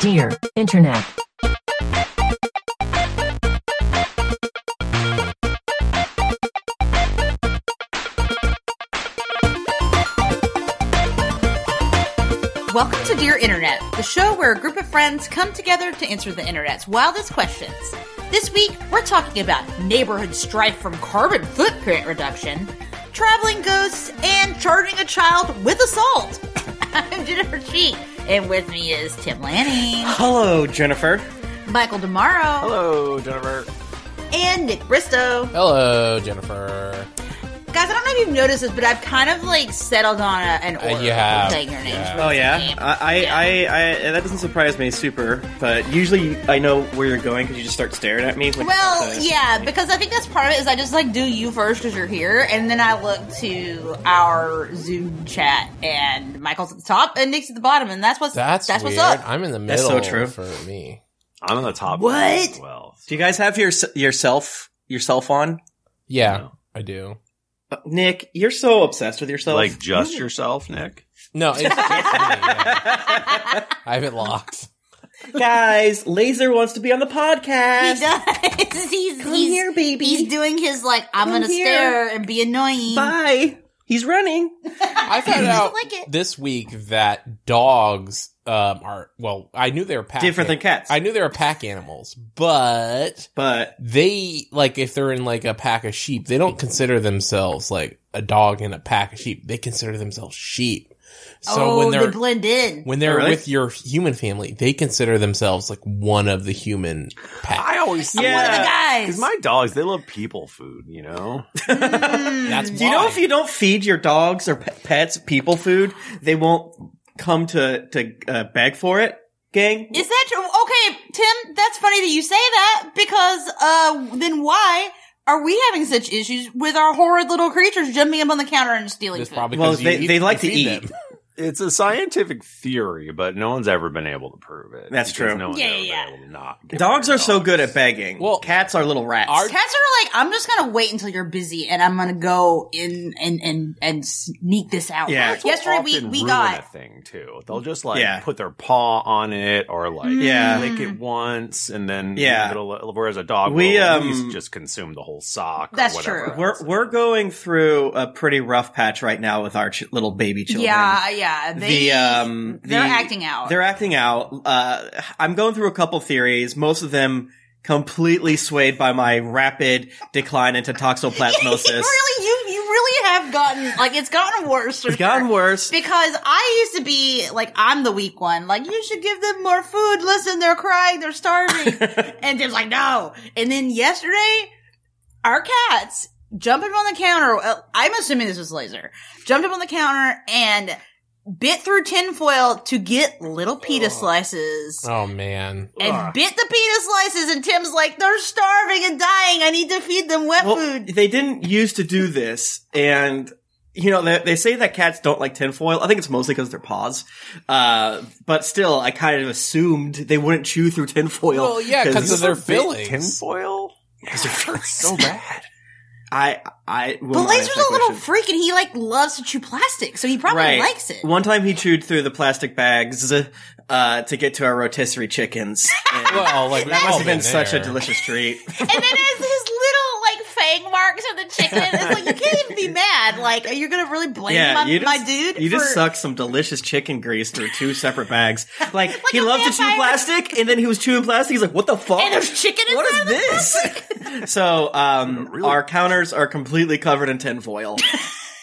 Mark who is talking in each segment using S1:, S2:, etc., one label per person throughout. S1: Dear Internet.
S2: Welcome to Dear Internet, the show where a group of friends come together to answer the internet's wildest questions. This week, we're talking about neighborhood strife from carbon footprint reduction, traveling ghosts, and charging a child with assault. I'm Jennifer Cheek, and with me is Tim Lanning,
S3: Hello, Jennifer.
S2: Michael Demaro,
S4: Hello, Jennifer.
S2: and Nick Bristow.
S4: Hello, Jennifer.
S2: Guys, I don't know if you've noticed this, but I've kind of like settled on a, an order
S4: you have.
S2: for saying your names.
S4: Yeah.
S2: for
S3: Oh
S2: this
S3: Uh, yeah,
S2: game.
S3: I, I,
S2: Yeah.
S3: I, I that doesn't surprise me super. But usually, I know where you're going because you just start staring at me. Like,
S2: Well,
S3: uh,
S2: yeah, because I think that's part of it is I just like do you first because you're here, and then I look to our Zoom chat, and Michael's at the top and Nick's at the bottom, and that's what's
S4: That's,
S2: that's,
S4: weird.
S2: what's up.
S4: I'm in the
S3: That's
S4: middle
S3: so true.
S4: for me.
S5: I'm on the top.
S2: What?
S5: Well,
S3: Do you guys have your yourself yourself on?
S4: Yeah,
S5: No.
S4: I do. so-
S3: Uh, Nick, you're so obsessed with yourself.
S5: like just yourself, Nick.
S4: No, it's just me. yeah. I have it locked.
S3: guys, Laser wants to be on the podcast.
S2: He does. he's,
S3: Come
S2: he's,
S3: here, baby.
S2: He's doing his like I'm
S3: Come
S2: gonna
S3: here.
S2: stare and be annoying.
S3: Bye. He's running.
S4: I found out
S2: like it.
S4: this week that dogs um, are well. I knew they were pack
S3: Different than cats.
S4: I knew they were pack animals, but
S3: But
S4: they like if they're in like a pack of sheep, they don't consider themselves like a dog in a pack of sheep. They consider themselves sheep. So
S2: oh,
S4: when they're
S2: they blend in.
S4: when they're
S3: Oh, really?
S4: with your human family, they consider themselves like one of the human pack.
S5: I always
S3: I'm one of the
S2: the
S3: Yeah.
S2: guys.
S5: Because my dogs, they love people food. You know,
S4: That's
S3: do you know if you don't feed your dogs or pe- pets people food, they won't come to to uh, beg for it, gang?
S2: Is that true? Okay, Tim, that's funny that you say that because uh then why are we having such issues with our horrid little creatures jumping up on the counter and stealing
S4: It's
S2: food?
S4: probably
S3: Well,
S4: 'cause you
S3: they-
S4: eat-
S3: they like
S4: you
S3: to
S4: feed
S3: eat.
S4: them.
S5: it's a scientific theory, but no one's ever been able to prove it.
S3: That's
S5: because
S3: true.
S5: No one's
S2: Yeah,
S5: ever been
S2: yeah.
S5: able to not give
S3: Dogs
S5: their
S3: are so
S5: dogs.
S3: good at begging.
S4: Well,
S3: Well, cats are little rats.
S4: our-
S2: Cats are like, I'm just gonna wait until you're busy, and I'm gonna go in and and and sneak this out.
S3: Yeah.
S5: Cats will
S2: yesterday we
S5: often
S2: we
S5: ruin
S2: got
S5: a thing too. They'll just like
S3: Yeah.
S5: put their paw on it or like
S3: Yeah.
S5: lick it once and then
S3: Yeah.
S5: It'll, whereas a dog
S3: We,
S5: will at
S3: um,
S5: least just consume the whole sock.
S2: That's
S5: or whatever
S2: true.
S3: We're
S5: else.
S3: we're going through a pretty rough patch right now with our ch- little baby children.
S2: yeah yeah they
S3: the um,
S2: they're
S3: the-
S2: acting out.
S3: They're acting out. Uh, I'm going through a couple theories. Most of them completely swayed by my rapid decline into
S2: You
S3: toxoplasmosis.
S2: really you you really have gotten like it's gotten worse. for
S3: It's gotten
S2: sure.
S3: worse.
S2: Because I used to be like, I'm the weak one. Like, you should give them more food. Listen, they're crying, they're starving. and Tim's like, no. And then yesterday, our cats jumped up on the counter. uh, I'm assuming this was Laser. Jumped up on the counter and bit through tinfoil to get little pita slices.
S4: Oh man.
S2: And
S5: Ugh.
S2: bit the pita slices, and Tim's like, they're starving and dying. I need to feed them wet
S3: Well,
S2: food.
S3: they didn't used to do this, and you know they, they say that cats don't like tinfoil. I think it's mostly because their paws. Uh, but still, I kind of assumed they wouldn't chew through tinfoil.
S4: Well, yeah, because of
S5: These
S4: their
S5: are big
S4: fillings.
S5: Tinfoil? so bad.
S3: I I. will
S2: But
S3: not
S2: Laser's
S3: answer that
S2: a little
S3: question.
S2: freak, and he like loves to chew plastic, so he probably likes it.
S3: One time he chewed through the plastic bags uh, to get to our rotisserie chickens. And
S4: Well, like
S3: that must have been
S4: there.
S3: such a delicious treat.
S2: And then as his little like fang marks on the chicken, it's like you can't even be mad. Like, are you gonna really blame my,
S3: you just,
S2: my dude?
S3: You just
S2: for-
S3: sucked some delicious chicken grease through two separate bags. Like, he
S2: a
S3: loved to chew
S2: vampire.
S3: plastic, and then he was chewing plastic. He's like, "What the fuck?
S2: And there's chicken
S3: what
S2: inside
S3: is
S2: of
S3: this?" so, um,
S5: Really?
S3: our counters are completely covered in tinfoil.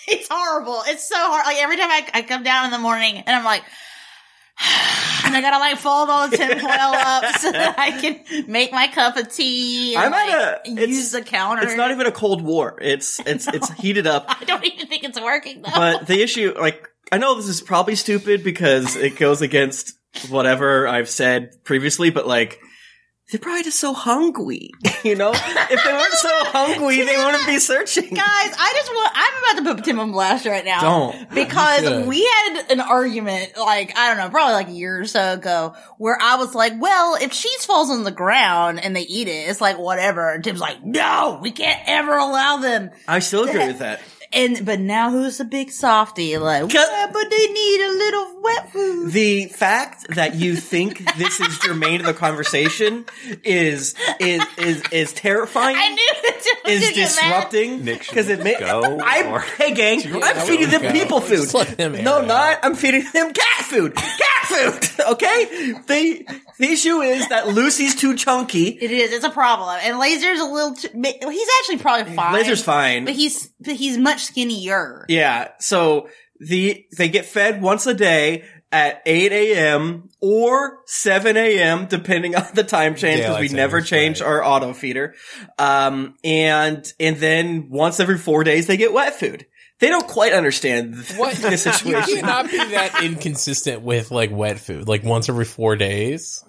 S2: It's horrible. It's so hard. Like every time I, I come down in the morning and I'm like. And I gotta like fold all the tinfoil up so that I can make my cup of tea. And,
S3: I'm at
S2: like,
S3: a- uh, it's-
S2: use the counter.
S3: it's not even a cold war. It's it's it's heated up.
S2: I don't even think it's working though.
S3: but the issue, like, I know this is probably stupid because it goes against whatever I've said previously, but like, they're probably just so hungry, you know? if they weren't so hungry, they wouldn't be searching.
S2: Guys, I just want. I'm about to put Tim on blast right now.
S3: Don't.
S4: You
S2: Because
S4: should.
S2: we had an argument, like, I don't know, probably like a year or so ago, where I was like, well, if cheese falls on the ground and they eat it, it's like, whatever. And Tim's like, no, we can't ever allow them.
S3: I still agree with that.
S2: And but now who's the big softy? Like,
S3: Cut-
S2: "Well, but they need a little wet food.
S3: The fact that you think this is germane to the conversation is is is is terrifying.
S2: I knew it
S3: is disrupting
S5: Nick should
S3: because it may.
S5: go
S3: I'm
S5: or-
S3: hey gang, I'm
S4: let
S3: feeding
S4: them
S3: them
S4: go.
S3: people food.
S4: Just let them air
S3: no,
S4: it
S3: not.
S4: out.
S3: I'm feeding them cat food. Cat food. Okay. The the issue is that Lucy's too chunky.
S2: It is. It's a problem. And Laser's a little. Too, ma- he's actually probably fine.
S3: Laser's fine.
S2: but he's but he's much skinnier.
S3: Yeah. So the they get fed once a day at 8 a.m. or 7 a.m. depending on the time change because
S4: Daylight
S3: we never
S4: savings,
S3: change
S4: right.
S3: our auto feeder. Um, and and then once every four days they get wet food. They don't quite understand
S4: What?
S3: the
S4: You
S3: situation.
S4: cannot be that inconsistent with like wet food, like once every four days.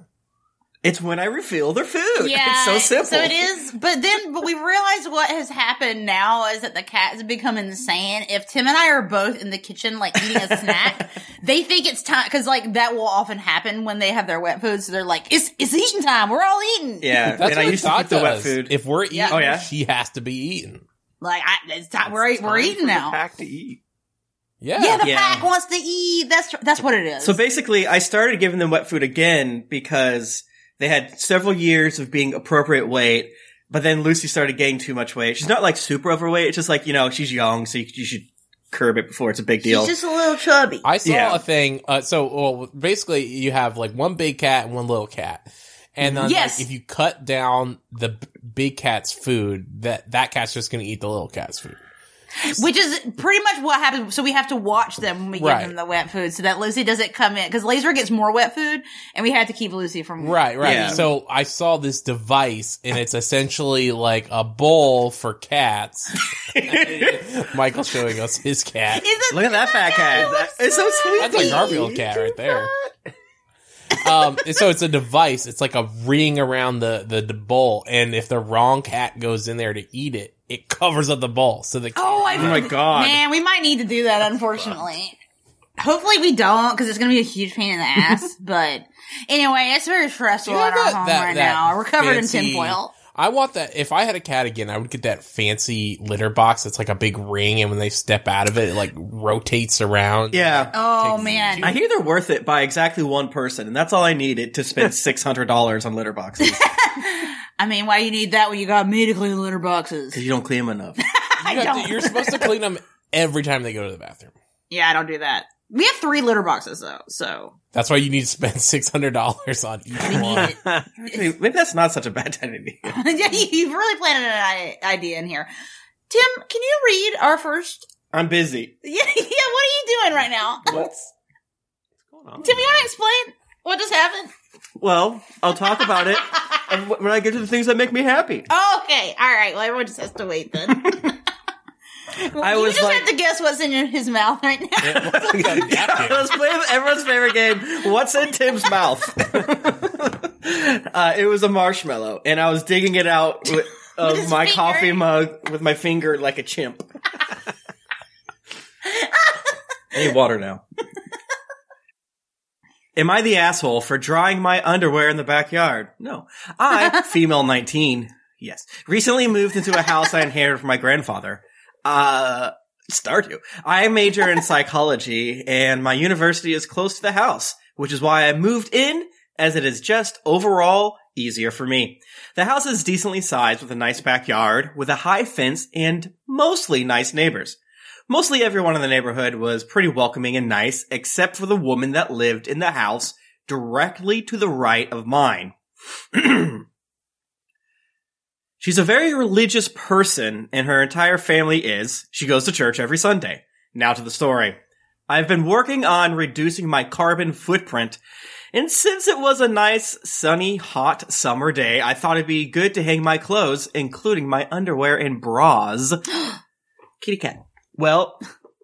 S3: It's when I refill their food. it's so simple.
S2: So it is. But then, but we realize what has happened now is that the cat has become insane. If Tim and I are both in the kitchen, like eating a snack, they think it's time because like that will often happen when they have their wet food. So they're like, "It's it's eating time. We're all eating."
S3: Yeah,
S4: That's
S3: and I
S4: what
S3: used to
S4: Thought
S3: eat the wet
S4: does.
S3: food.
S4: If we're eating,
S2: Yeah.
S3: Oh, yeah?
S4: she has to be eaten.
S2: Like I, it's time. we're
S5: It's
S2: we're
S5: time for
S2: eating
S5: the
S2: now.
S5: Pack to eat.
S4: Yeah.
S2: Yeah, the
S3: Yeah.
S2: pack wants to eat. That's that's what it is.
S3: So basically, I started giving them wet food again because they had several years of being appropriate weight, but then Lucy started gaining too much weight. She's not like super overweight. It's just like, you know, she's young, so you, you should curb it before it's a big deal.
S2: she's just a little chubby.
S4: I saw
S3: Yeah.
S4: a thing. Uh, so, well, basically, you have like one big cat and one little cat, and then like,
S2: Yes.
S4: if you cut down the b- big cat's food, that that cat's just going to eat the little cat's food.
S2: Which is pretty much what happens. So we have to watch them when we
S4: Right.
S2: give them the wet food so that Lucy doesn't come in. Cause Laser gets more wet food and we had to keep Lucy from.
S4: Right, right.
S3: Yeah.
S4: So I saw this device, and it's essentially like a bowl for cats. Michael's showing us his cat.
S2: Is
S3: Look at that fat cat. That- it's so sweet.
S4: That's a Garfield cat right there. um, and so it's a device. It's like a ring around the, the the bowl, and if the wrong cat goes in there to eat it, it covers up the bowl. So the
S2: Oh, I,
S3: Oh my god.
S2: man, we might need to do that, unfortunately. Hopefully we don't cause it's going to be a huge pain in the ass. but anyway, it's very stressful
S4: Do you
S2: in
S4: have
S2: our
S4: that-
S2: home
S4: that-
S2: right
S4: that
S2: now. We're covered in
S4: fancy-
S2: tinfoil.
S4: I want that. If I had a cat again, I would get that fancy litter box. That's like a big ring, and when they step out of it, it like rotates around.
S3: Yeah.
S2: Oh
S4: Takes-
S2: man.
S3: I hear they're worth it by exactly one person, and that's all I needed to spend six hundred dollars on litter boxes
S2: I mean, why you need that when you got me to clean litter boxes?
S3: because you don't clean them enough.
S2: I
S4: You have to-
S2: don't.
S4: you're supposed to clean them every time they go to the bathroom.
S2: Yeah, I don't do that. We have three litter boxes though, so
S4: That's why you need to spend six hundred dollars on each
S2: we need
S4: one.
S2: it.
S3: Actually, maybe that's not such a bad idea.
S2: yeah, you- you've really planted an i- idea in here. Tim, can you read our first?
S3: I'm busy.
S2: Yeah, yeah. What are you doing right now,
S3: What's
S5: What's going on?
S2: Tim? You want to explain what just happened?
S3: Well, I'll talk about it and wh- when I get to the things that make me happy.
S2: Oh, okay, all right. Well, everyone just has to wait then.
S3: I
S2: you
S3: was
S2: just
S3: like-
S2: have to guess what's in his mouth right now.
S4: Napkin.
S3: Let's play everyone's favorite game. What's in Tim's mouth? uh, it was a marshmallow, and I was digging it out wi- of
S2: his
S3: my
S2: finger?
S3: coffee mug with my finger like a chimp. I need water now. Am I the asshole for drying my underwear in the backyard? No. I, female 19, yes, recently moved into a house I inherited from my grandfather. Uh, Stardew. I major in psychology and my university is close to the house, which is why I moved in as it is just overall easier for me. The house is decently sized with a nice backyard, with a high fence and mostly nice neighbors. Mostly everyone in the neighborhood was pretty welcoming and nice, except for the woman that lived in the house directly to the right of mine. She's a very religious person, and her entire family is. She goes to church every Sunday. Now to the story. I've been working on reducing my carbon footprint, and since it was a nice, sunny, hot summer day, I thought it'd be good to hang my clothes, including my underwear and bras. Kitty cat. Well,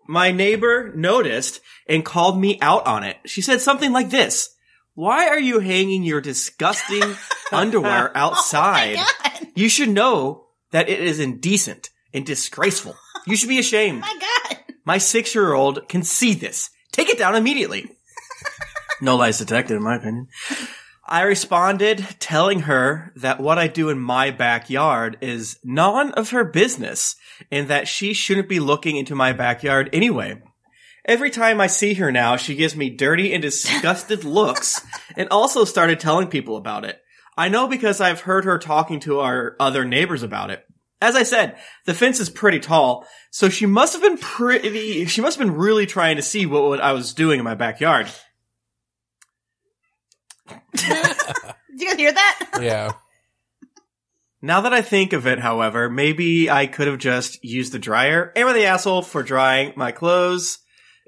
S3: my neighbor noticed and called me out on it. She said something like this. Why are you hanging your disgusting underwear outside?
S2: Oh God,
S3: You should know that it is indecent and disgraceful. You should be ashamed.
S2: my God.
S3: My six year old can see this. Take it down immediately. no lies detected, in my opinion. I responded telling her that what I do in my backyard is none of her business and that she shouldn't be looking into my backyard anyway. Every time I see her now, she gives me dirty and disgusted looks and also started telling people about it. I know because I've heard her talking to our other neighbors about it. As I said, the fence is pretty tall, so she must have been pretty, she must have been really trying to see what, what I was doing in my backyard.
S2: Did you guys hear that?
S4: Yeah.
S3: Now that I think of it, however, maybe I could have just used the dryer. Am I the asshole for drying my clothes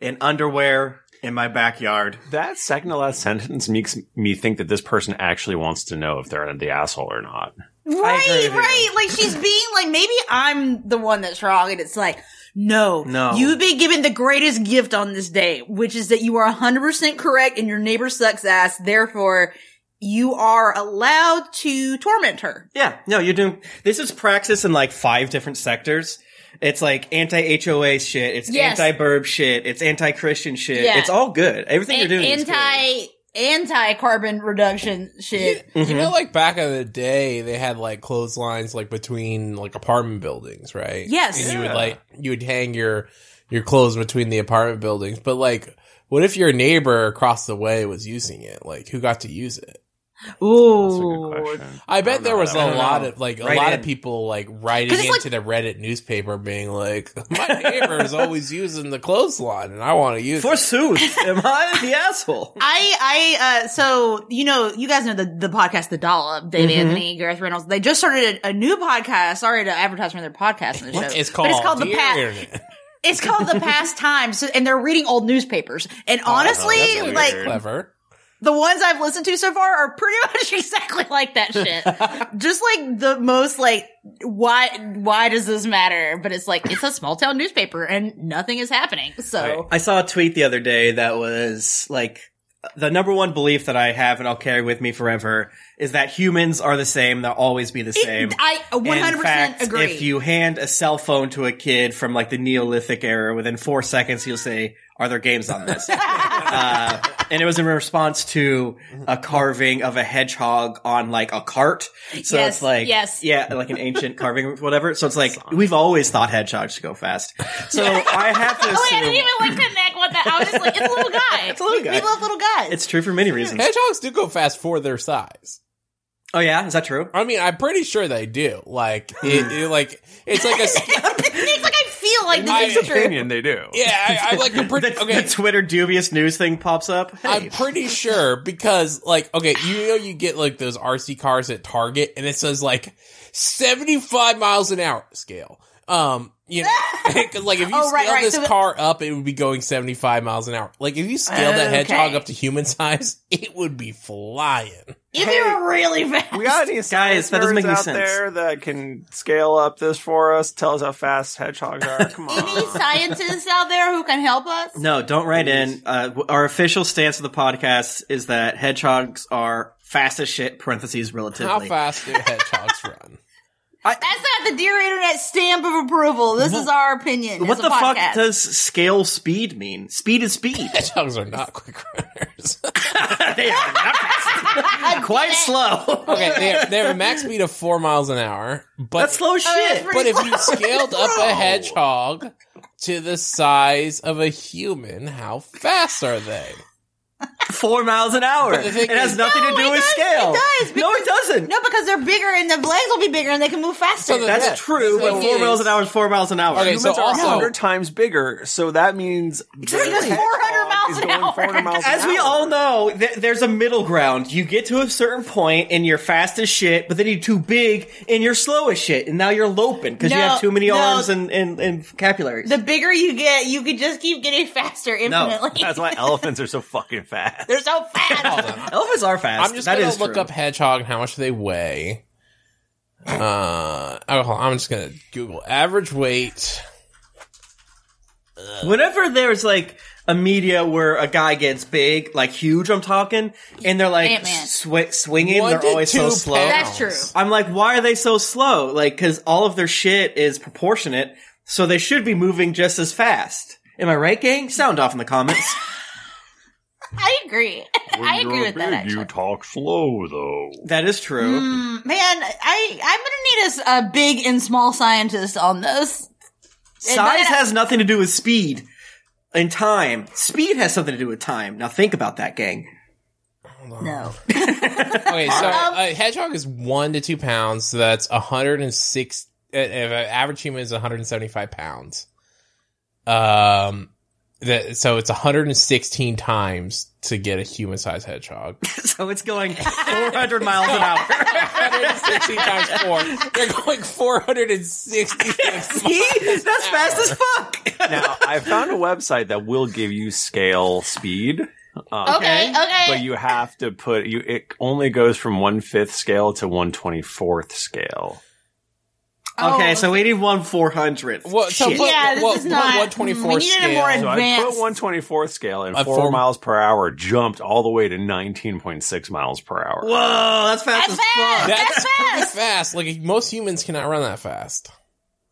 S3: and underwear in my backyard?
S5: That second to last sentence makes me think that this person actually wants to know if they're the asshole or not.
S3: agree
S2: Right,
S3: with you.
S2: right. Like she's being like, maybe I'm the one that's wrong, and it's like, no,
S3: No.
S2: You've been given the greatest gift on this day, which is that you are 100 percent correct, and your neighbor sucks ass. Therefore, you are allowed to torment her.
S3: Yeah, no, you're doing. This is praxis in like five different sectors. It's like anti HOA shit. It's
S2: Yes.
S3: anti burb shit. It's anti Christian shit.
S2: Yeah.
S3: It's all good. Everything you're doing. Is
S2: anti anti carbon reduction shit.
S3: good. Mhm.
S4: You know, like back in the day, they had like clotheslines like between like apartment buildings, right?
S2: Yes.
S4: And you would
S5: Yeah.
S4: like you would hang your your clothes between the apartment buildings. But like, what if your neighbor across the way was using it? Like, who got to use it?
S5: That's a
S2: Ooh,
S5: good question.
S4: I
S5: don't
S4: bet
S5: know
S4: there was a
S5: that one.
S3: don't
S4: lot
S3: know.
S4: of like
S3: Right
S4: a lot
S3: in.
S4: of people like writing
S2: 'Cause it's
S4: into
S2: like-
S4: the Reddit newspaper, being like, "My neighbor is always using the clothesline, and I want to use it."
S3: Forsooth, am I the asshole?
S2: I, I, uh, so, you know, you guys know the, the podcast, The Dollop, Dave
S3: Mhm.
S2: Anthony, Gareth Reynolds. They just started a, a new podcast. Sorry to advertise for their podcast on the show.
S4: It's called,
S2: But it's called The
S4: Dear
S2: Pat.
S4: Internet.
S2: It's called The Past Times. So, and they're reading old newspapers. And
S3: Oh,
S2: honestly,
S5: that's weird.
S2: like,
S4: Clever.
S2: the ones I've listened to so far are pretty much exactly like that shit. Just like the most like why why does this matter? But it's like it's a small town newspaper and nothing is happening. So
S3: I saw a tweet the other day that was like the number one belief that I have and I'll carry with me forever is that humans are the same. They'll always be the same.
S2: it, I one hundred
S3: In
S2: percent
S3: fact,
S2: agree.
S3: If you hand a cell phone to a kid from like the Neolithic era, within four seconds he'll say, "Are there games on this?" uh, and it was in response to a carving of a hedgehog on like a cart. So
S2: Yes,
S3: it's like,
S2: yes.
S3: yeah, like an ancient carving, or whatever. So it's like we've always thought hedgehogs go fast. So I have to
S2: Oh, wait, I didn't
S3: assume
S2: even like connect with that. I was just like, it's a little guy.
S3: It's a little
S2: We-
S3: guy.
S2: We love little guys.
S3: it's true for many reasons.
S4: Hedgehogs do go fast for their size.
S3: Oh yeah, is that true?
S4: I mean, I'm pretty sure they do. Like,
S2: Hmm.
S4: it, it- like it's like a
S2: Nick's like, I feel like
S5: In
S2: this
S5: his
S2: is true.
S5: opinion, they do.
S4: yeah. I, I like I'm pretty
S3: The,
S4: okay.
S3: the Twitter dubious news thing pops up. Hey,
S4: I'm pretty sure because like okay, you know you get like those RC cars at Target and it says like 75 miles an hour scale. Um, you know, 'cause, like if you
S2: Oh,
S4: scale
S2: right, right.
S4: this
S2: So the-
S4: car up, it would be going 75 miles an hour. Like if you scale that
S2: Okay.
S4: hedgehog up to human size, it would be flying.
S2: If you were really fast.
S5: We got any
S3: Guys,
S5: guys
S3: that doesn't make any
S5: out
S3: sense.
S5: there that can scale up this for us? Tell us how fast hedgehogs are. Come on.
S2: Any scientists out there who can help us?
S3: No, don't write in. Uh, w- our official stance of the podcast is that hedgehogs are fast as shit. Parentheses
S4: How
S3: relatively.
S4: fast do hedgehogs run?
S2: That's not the Dear Internet stamp of approval. This is our opinion.
S3: What
S2: It's a
S3: the fuck
S2: podcast.
S3: does scale speed mean? Speed is speed.
S4: Hedgehogs are not quick runners.
S3: they are not fast. Quite slow.
S4: okay, they have, they have a max speed of four miles an hour, but
S3: That's slow shit.
S2: that's
S4: But if
S2: Pretty
S4: you scaled up a hedgehog to the size of a human, how fast are they?
S3: Four miles an hour.
S4: But the
S3: It
S4: thing
S3: has
S4: is-
S3: nothing
S2: No,
S3: to do
S2: it
S3: with
S2: does,
S3: scale.
S2: it does,
S3: no, it doesn't.
S2: No, because they're bigger and their legs will be bigger and they can move faster.
S4: So the-
S3: That's
S4: Yeah.
S3: true,
S4: The
S3: but
S4: thing
S3: four
S4: is-
S3: miles an hour is four miles an hour.
S4: Okay, so
S5: Humans are
S4: also-
S5: 100 times bigger, so that means
S2: Exactly,
S5: the
S2: that's 400
S5: hedgehog
S2: miles
S5: is
S2: an
S5: going
S2: hour.
S5: 400 miles an
S3: As we
S5: hour.
S3: all know, th- there's a middle ground. You get to a certain point and you're fast as shit, but then you're too big and you're slow as shit, and now you're loping because you
S2: No,
S3: have too many
S2: no.
S3: arms and, and, and capillaries.
S2: the bigger you get, you could just keep getting faster infinitely.
S5: That's why elephants are so fucking fast.
S2: they're so fast.
S3: Elephants are fast.
S4: I'm just
S3: That
S4: gonna
S3: is
S4: look
S3: true.
S4: up hedgehog and how much they weigh. Uh, oh, hold on, I'm just gonna Google average weight.
S3: Whenever there's like a media where a guy gets big, like huge, I'm talking, and they're like
S2: Ant-Man.
S3: swi- swinging,
S4: One
S3: they're
S4: to
S3: always so
S4: two
S3: slow.
S2: That's
S4: pounds.
S2: true.
S3: I'm like, why are they so slow? Like, because all of their shit is proportionate, so they should be moving just as fast. Am I right, gang? Sound off in the comments.
S2: I agree. I agree with that. Actually.
S5: talk slow, though.
S3: That is true.
S2: Mm, man, I I'm gonna need a s- a, big and small scientist on this. And
S3: Size
S2: then-
S3: has nothing to do with speed and time. Speed has something to do with time. Now think about that, gang.
S2: No,
S4: Okay, so
S3: Um,
S4: a hedgehog is one to two pounds. So that's 106. Uh, if an average human is 175 pounds. Um, that so it's 116 times to get a human sized hedgehog.
S3: so it's going 400 miles an hour.
S4: 116 times four. They're going 466
S3: See? That's fast as fuck.
S5: Now, I found a website that will give you scale speed. Um,
S2: okay, okay.
S5: But you have to put you. It only goes from one fifth scale to one twenty fourth scale.
S3: okay,
S2: Oh,
S3: so we need one 400th.
S4: Well, so
S3: Shit.
S4: put-
S2: yeah, this
S4: well,
S2: is
S4: put
S2: not.
S4: 124
S2: we needed a more
S4: scale.
S5: So I put
S2: advanced.
S5: one twenty fourth scale, and
S4: Uh,
S5: four
S4: four-
S5: miles per hour jumped all the way to nineteen point six miles per hour.
S3: Whoa, that's fast
S2: That's
S3: as
S2: fast.
S3: fuck.
S2: That-
S4: That's
S2: That's
S4: pretty
S2: fast.
S4: fast. Like most humans cannot run that fast.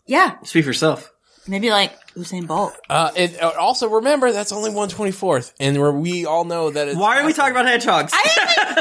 S2: yeah,
S3: Speak for yourself.
S2: maybe like Usain Bolt.
S4: Uh, and uh, also remember that's only 124th, and we're, we all know that. It's
S3: Why are we
S4: faster.
S3: talking about hedgehogs?
S2: I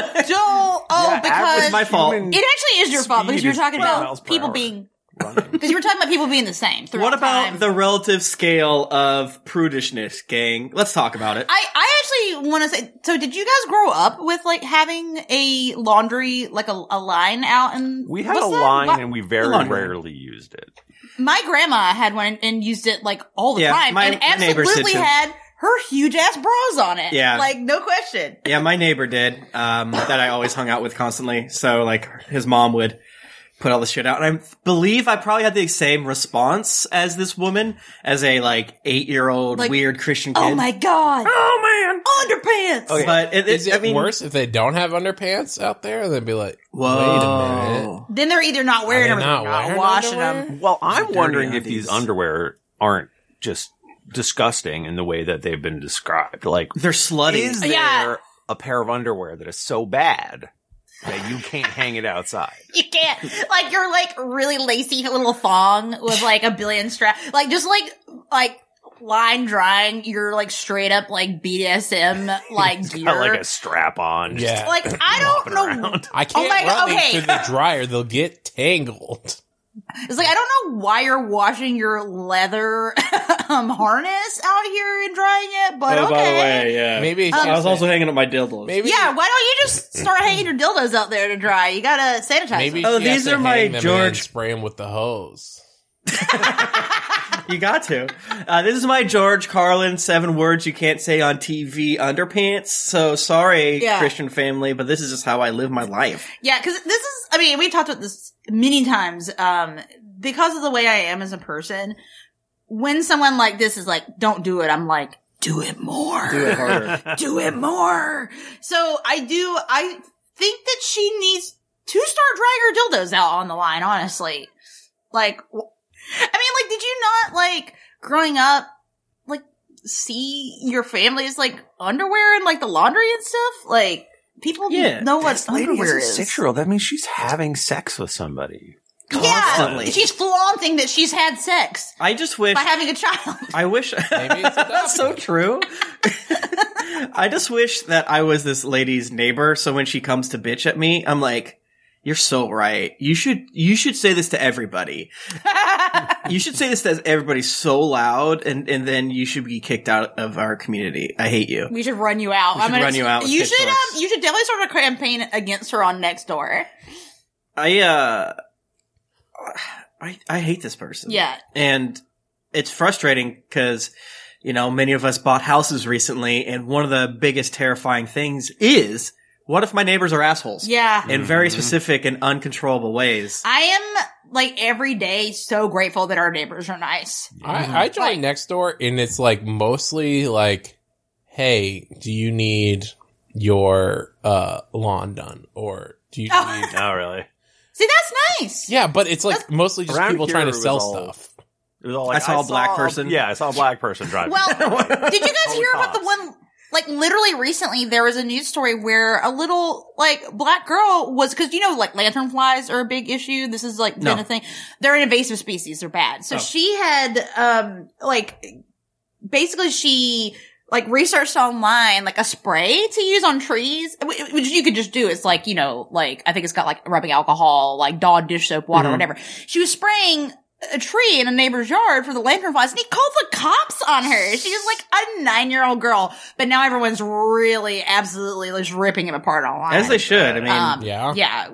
S2: think we don't. Oh,
S5: average
S2: because
S3: my fault.
S5: human
S2: it actually is your fault
S5: speed
S2: because you were
S5: is
S2: talking
S5: 20
S2: about
S5: miles per
S2: people
S5: hour.
S2: being
S5: running.
S2: because you were talking about people being the same. throughout
S3: what about
S2: time.
S3: the relative scale of prudishness, gang? Let's talk about it.
S2: I, I actually want to say, so did you guys grow up with like having a laundry, like a, a line out and
S5: We had
S2: what's
S5: a
S2: that?
S5: line,
S2: Li-
S5: and we very
S3: Line.
S5: rarely used it.
S2: My grandma had one and used it like all the
S3: Yeah,
S2: time
S3: my
S2: and
S3: neighbors did
S2: absolutely
S3: too.
S2: had her huge ass bras on it.
S3: Yeah.
S2: Like no question.
S3: Yeah, my neighbor did. Um, that I always hung out with constantly. So like his mom would put all the shit out, and I believe I probably had the same response as this woman, as a like eight year old
S2: Like,
S3: weird Christian kid.
S2: Oh my God.
S3: Oh,
S2: Underpants.
S4: Okay.
S3: But it,
S4: Is it
S3: I mean,
S4: worse if they don't have underpants out there? And they'd be like,
S3: Whoa.
S4: Wait a minute.
S2: Then they're either not wearing them
S4: Are they
S2: or
S4: not
S2: they're not
S4: wearing
S2: washing
S4: underwear?
S2: them.
S5: Well, I'm
S3: Dirty
S5: wondering if these
S3: undies.
S5: underwear aren't just disgusting in the way that they've been described. Like,
S3: They're slutty.
S5: is there
S2: Yeah.
S5: a pair of underwear that is so bad that you can't hang it outside?
S2: You can't. Like your like really lacy little thong with like a billion strap. Like just like like line drying your like straight up like BDSM like gear.
S5: Not like a strap on. just
S4: Yeah.
S2: Like, I don't know.
S5: around.
S3: Oh
S4: I can't
S2: my-
S4: run these
S2: okay.
S4: through the dryer; they'll get tangled.
S2: It's like I don't know why you're washing your leather um, harness out here and drying it,
S4: Oh,
S5: Oh,
S2: but okay.
S3: yeah.
S4: Maybe it's
S3: I
S4: just
S3: was also hanging up my dildos.
S4: maybe
S2: Yeah, why don't you just start hanging your dildos out there to dry? You gotta sanitize.
S4: maybe
S2: them.
S3: Oh,
S4: she has
S3: these
S4: to
S3: are my
S4: hang them and
S3: George-
S4: spray them with the hose.
S3: You got to. Uh, this is my George Carlin seven words you can't say on TV underpants. So sorry,
S2: Yeah.
S3: Christian family, but this is just how I live my life.
S2: yeah, because this is. I mean, we talked about this many times. Um, because of the way I am as a person, when someone like this is like, "Don't do it," I'm like, "Do it more."
S3: harder.
S2: do it more. So I do, I think that she needs to start drying her dildos out on the line, honestly. Like, wh- I mean, like, did you not, like, growing up, like, see your family's, like, underwear and, like, the laundry and stuff? Like, people
S3: Yeah,
S2: know what
S5: This lady is
S2: underwear
S5: a
S2: is.
S5: six year old. That means she's having sex with somebody.
S2: yeah,
S3: Constantly.
S2: she's flaunting that she's had sex
S3: I just wish.
S2: by having a child.
S3: I wish.
S4: Maybe it's
S3: That's so true. I just wish that I was this lady's neighbor. So when she comes to bitch at me, I'm like, "You're so right. You should. You should say this to everybody. you should say this to everybody so loud, and and then you should be kicked out of our community. I hate you."
S2: We should run you out.
S3: We should run you out with
S2: You should, um,
S3: pitchforks.
S2: you should definitely start a campaign against her on next door.
S3: I uh I I hate this person.
S2: Yeah.
S3: And it's frustrating cuz you know, many of us bought houses recently and one of the biggest terrifying things is what if my neighbors are assholes?
S2: Yeah.
S3: In very
S5: Mhm.
S3: specific and uncontrollable ways.
S2: I am like every day so grateful that our neighbors are nice.
S3: Mm-hmm.
S4: I, I joined
S2: Like-
S4: next door, and it's like mostly like, "Hey, do you need your uh, lawn done, or do you
S2: Oh.
S4: need?"
S5: Oh, really?
S2: See, that's nice.
S4: Yeah, but it's like mostly just
S5: Around
S4: people trying
S5: here,
S4: to
S5: it was
S4: sell
S5: all-
S4: stuff.
S5: It was all like,
S3: I saw a black person.
S5: Yeah, I saw a black person driving.
S2: Well, did you guys
S5: Holy
S2: hear about the
S5: cops.
S2: one? Like literally recently, there was a news story where a little like black girl was because you know like lanternflies are a big issue. This is like been
S3: No.
S2: a thing. They're an invasive species. They're bad. So
S3: Oh.
S2: she had um like basically she like researched online like a spray to use on trees, wh- wh- which you could just do. It's like you know, like I think it's got like rubbing alcohol, like Dawn dish soap, water,
S3: Mhm.
S2: whatever. She was spraying a tree in a neighbor's yard for the lantern flies, and he called the cops on her. She was like a nine year old girl, but now everyone's really, absolutely just ripping him apart online.
S3: As they should. I mean,
S2: Um,
S4: Yeah.
S2: yeah.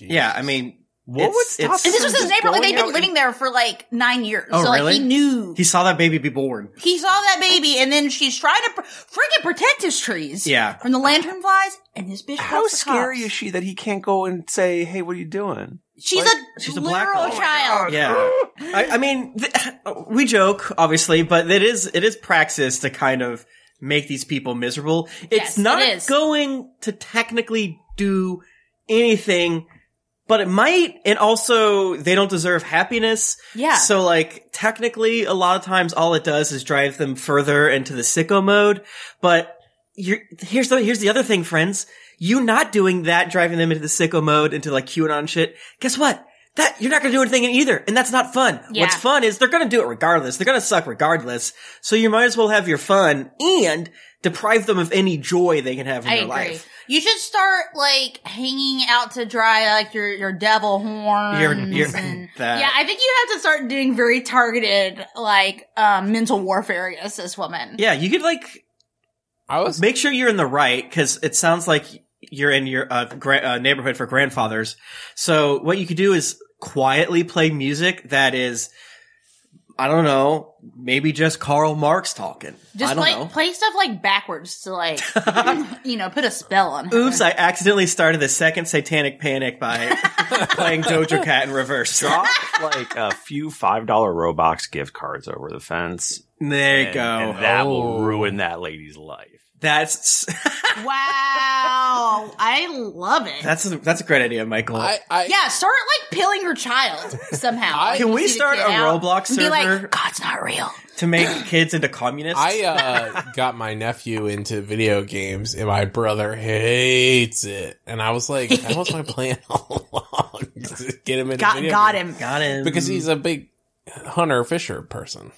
S3: yeah. I mean,
S5: What would
S3: it's-
S5: stop
S3: it's-
S2: And this was
S5: Just
S2: his neighbor. Like
S5: going
S2: they've
S5: out
S2: been
S5: and-
S2: living there for like nine years,
S3: Oh,
S2: so like
S3: really?
S2: he knew
S3: he saw that baby be born.
S2: He saw that baby, and then she's trying to pr- freaking protect his trees.
S3: Yeah.
S2: From the lantern flies, and this bitch.
S5: How
S2: calls the
S5: scary
S2: cops.
S5: is she that he can't go and say, "Hey, what are you doing?"
S2: She's
S3: Like,
S2: a
S3: she's a black
S2: literal
S3: girl.
S2: child.
S3: Yeah. I, I mean, th- we joke obviously, but it is it is praxis to kind of make these people miserable. It's
S2: Yes, it
S3: not
S2: is.
S3: going to technically do anything, but it might. And also, they don't deserve happiness.
S2: Yeah.
S3: So, like, technically, a lot of times, all it does is drive them further into the sicko mode. But you're, here's the here's the other thing, friends. You not doing that, driving them into the sicko mode, into like QAnon shit. Guess what? That you're not gonna do anything either, and that's not fun.
S2: Yeah.
S3: What's fun is they're gonna do it regardless. They're gonna suck regardless. So you might as well have your fun and deprive them of any joy they can have in
S2: I
S3: their
S2: agree.
S3: life.
S2: You should start like hanging out to dry, like your your devil horns.
S3: You're, you're
S2: and-
S3: that.
S2: yeah, I think you have to start doing very targeted, like um, mental warfare against this woman.
S3: yeah, you could like
S4: I was
S3: make sure you're in the right because it sounds like you're in your uh, gra- uh, neighborhood for grandfathers. So what you could do is quietly play music that is, I don't know, maybe just Karl Marx talking. I
S2: Just
S3: don't
S2: like
S3: know.
S2: play stuff like backwards to like, you know, put a spell on her.
S3: Oops, I accidentally started the second Satanic Panic by playing Doja Cat in reverse.
S5: Drop like a few five dollar Robux gift cards over the fence.
S3: There you
S5: and-
S3: go.
S5: and that
S4: Oh.
S5: will ruin that lady's life.
S3: that's
S2: Wow, I love it.
S3: that's a, that's a great idea, Michael.
S4: I, I
S2: Yeah, start like pilling your child somehow.
S4: I-
S2: Like,
S3: Can
S2: you
S3: we
S2: see the
S3: start
S2: kid
S3: a
S2: out
S3: Roblox
S2: and Be
S3: server?
S2: like, God's not real.
S3: to make kids into communists.
S4: I uh, got my nephew into video games, and my brother hates it. And I was like, that was my plan all along to get him into
S2: Got,
S4: video
S2: got
S4: games.
S2: him.
S3: got him
S4: because he's a big hunter fisher person.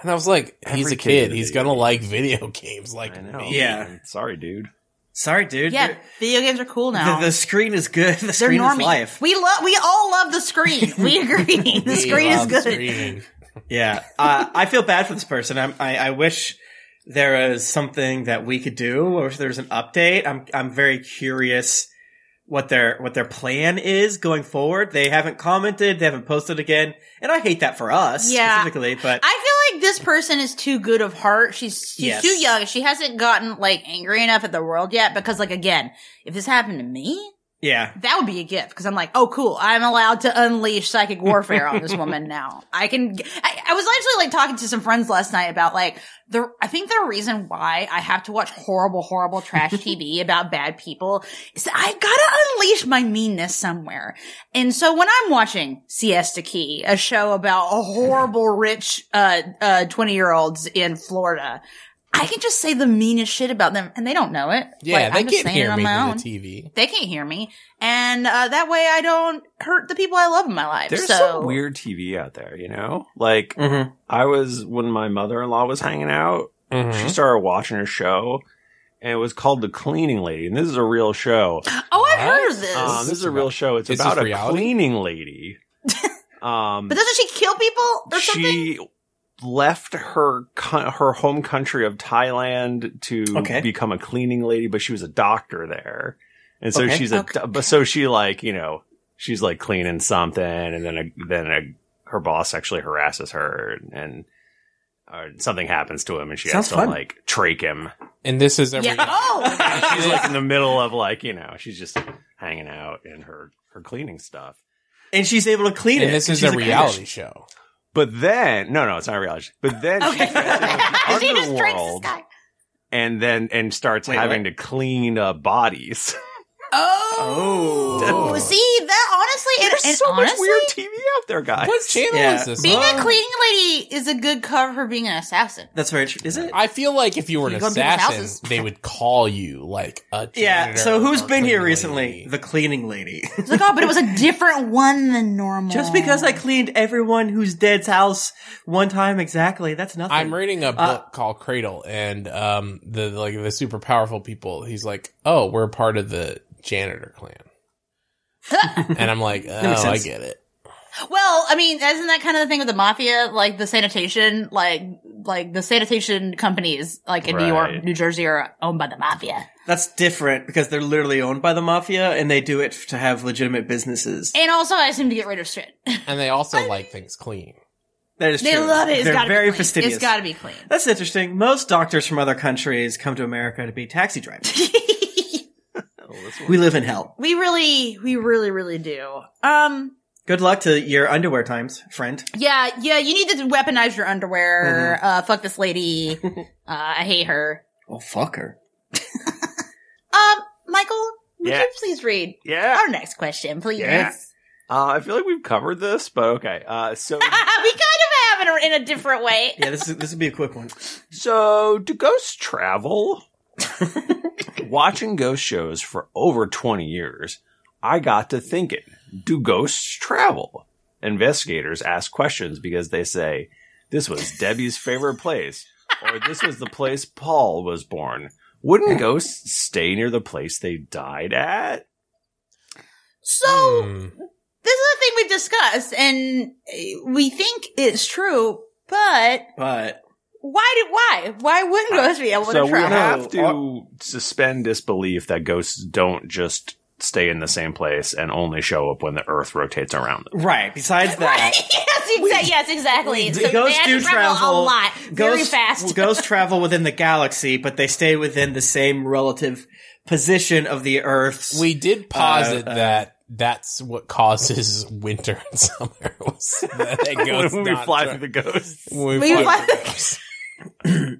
S4: And I was like, he's
S5: Every
S4: a
S5: kid
S4: kid.
S5: is a
S4: He's
S5: video
S4: gonna
S5: game.
S4: like video games like
S5: I know.
S4: me.
S3: Yeah.
S5: man. Sorry, dude.
S3: sorry, dude.
S2: Yeah,
S3: You're-
S2: video games are cool now.
S3: The, the screen is good. The
S2: They're
S3: screen is
S2: normie.
S3: life.
S2: We love. We all love the screen. We agree. the
S4: We
S2: screen is
S4: love
S2: good.
S4: screaming.
S3: Yeah, uh, I feel bad for this person. I'm, I, I wish there was something that we could do, or if there's an update. I'm I'm very curious what their what their plan is going forward. They haven't commented. They haven't posted again, and I hate that for us
S2: Yeah.
S3: specifically. But
S2: I feel like this person is too good of heart. She's she's
S3: Yes.
S2: too young. She hasn't gotten like angry enough at the world yet. Because like again, if this happened to me,
S3: yeah,
S2: that would be a gift because I'm like, oh, cool. I'm allowed to unleash psychic warfare on this woman now. I can. I, I was actually like talking to some friends last night about like the. I think the reason why I have to watch horrible, horrible trash TV about bad people is that I gotta unleash my meanness somewhere. And so when I'm watching Siesta Key, a show about a horrible rich uh uh twenty year olds in Florida. I can just say the meanest shit about them, and they don't know it.
S4: Yeah,
S2: Like,
S4: they
S2: I'm just
S4: can't
S2: saying it
S4: hear
S2: on
S4: me
S2: my
S4: through
S2: own
S4: the TV.
S2: they can't hear me, and uh, that way I don't hurt the people I love in my life.
S5: There's
S2: so
S5: some weird TV out there, you know? Like
S3: Mhm.
S5: I was when my mother in law was hanging out, she started watching a show and it was called The Cleaning Lady. And this is a real show.
S2: Oh, I've heard of
S4: What?
S2: this.
S5: Um, this is a real show. It's
S4: Is this
S5: about a
S4: reality?
S5: cleaning lady. Um
S2: but doesn't she kill people or something?
S5: she left her co- her home country of Thailand to
S3: Okay.
S5: become a cleaning lady, but she was a doctor there, and so
S3: Okay.
S5: she's a
S2: Okay.
S5: but so she like you know she's like cleaning something, and then a, then a, her boss actually harasses her, and, and uh, something happens to him, and she
S3: Sounds
S5: has to
S3: fun.
S5: like trach him.
S4: And this is every
S2: Yeah. Oh,
S5: She's like in the middle of like you know she's just hanging out in her her cleaning stuff.
S3: and she's able to clean it.
S4: and this
S3: 'cause
S4: is a
S3: she's
S4: reality show.
S5: But then no no it's not reality. But then
S2: okay.
S5: she's in the
S2: she just drinks this
S5: underworld.
S2: guy.
S5: and then and starts
S3: Wait,
S5: having to clean uh, bodies.
S2: Oh,
S3: Oh.
S2: see that honestly, and,
S5: There's
S2: and
S5: so
S2: honestly,
S5: much weird TV out there, guys.
S4: What channel
S3: Yeah.
S4: is this?
S2: being
S4: on?
S2: a cleaning lady is a good cover for being an assassin.
S3: That's very true. Is it?
S4: I feel like if you were an
S2: You go to people's houses.
S4: assassin, they would call you like a
S3: yeah.
S4: janitor
S3: So who's
S4: or
S3: been here
S4: cleaning
S3: recently?
S4: lady.
S3: The cleaning lady.
S2: It's like, oh, but it was a different one than normal.
S3: Just because I cleaned everyone who's dead's house one time exactly, that's nothing.
S4: I'm reading a book
S3: Uh,
S4: called Cradle, and um, the like the super powerful people. He's like, oh, we're part of the janitor clan, and I'm like, oh,
S3: makes
S4: I
S3: sense.
S4: get it.
S2: Well, I mean, isn't that kind of the thing with the mafia? Like the sanitation, like like the sanitation companies, like in New York,
S5: Right.
S2: New Jersey, are owned by the mafia.
S3: That's different because they're literally owned by the mafia and they do it f- to have legitimate businesses.
S2: And also, I seem to get rid of shit.
S4: And they also like things clean.
S3: That is
S2: they
S3: true.
S2: love it. It's
S3: they're
S2: gotta
S3: very
S2: be clean.
S3: fastidious.
S2: It's got to be clean.
S3: That's interesting. Most doctors from other countries come to America to be taxi drivers. we live in hell.
S2: We really, we really, really do. Um,
S3: Good luck to your underwear times, friend.
S2: yeah, yeah. You need to weaponize your underwear.
S3: Mm-hmm.
S2: Uh, fuck this lady. uh, I hate her.
S3: Oh, fuck her.
S2: Um, Michael, would
S5: Yeah.
S2: you please read
S5: Yeah.
S2: our next question, please?
S5: Yeah. Uh, I feel like we've covered this, but okay. Uh, so
S2: we kind of have it in a different way.
S3: Yeah, this is, this would be a quick one.
S5: So, do ghosts travel? Watching ghost shows for over 20 years, I got to thinking do ghosts travel? Investigators ask questions because they say, this was Debbie's favorite place, or this was the place Paul was born. Wouldn't ghosts stay near the place they died at?
S2: So
S4: Hmm.
S2: this is a thing we've discussed, and uh, we think it's true, but
S3: But
S2: why did why why wouldn't
S3: Uh,
S2: ghosts be able
S5: So,
S2: to
S5: we
S2: travel?
S5: have
S3: No,
S5: to suspend disbelief that ghosts don't just stay in the same place and only show up when the earth rotates around them.
S3: right, besides that,
S2: yes, exa- yes, exactly. So they
S3: ghosts
S2: have
S3: do
S2: to travel, a
S3: travel.
S2: lot, very
S3: ghosts-
S2: fast.
S3: ghosts travel within the galaxy, but they stay within the same relative position of the Earth's
S4: We did posit
S3: uh,
S4: that that's what causes winter and summer. Was that it goes
S5: when we
S4: not
S5: fly
S4: dry.
S5: through the ghosts.
S4: When
S2: We fly
S4: through
S2: through-
S4: ghosts.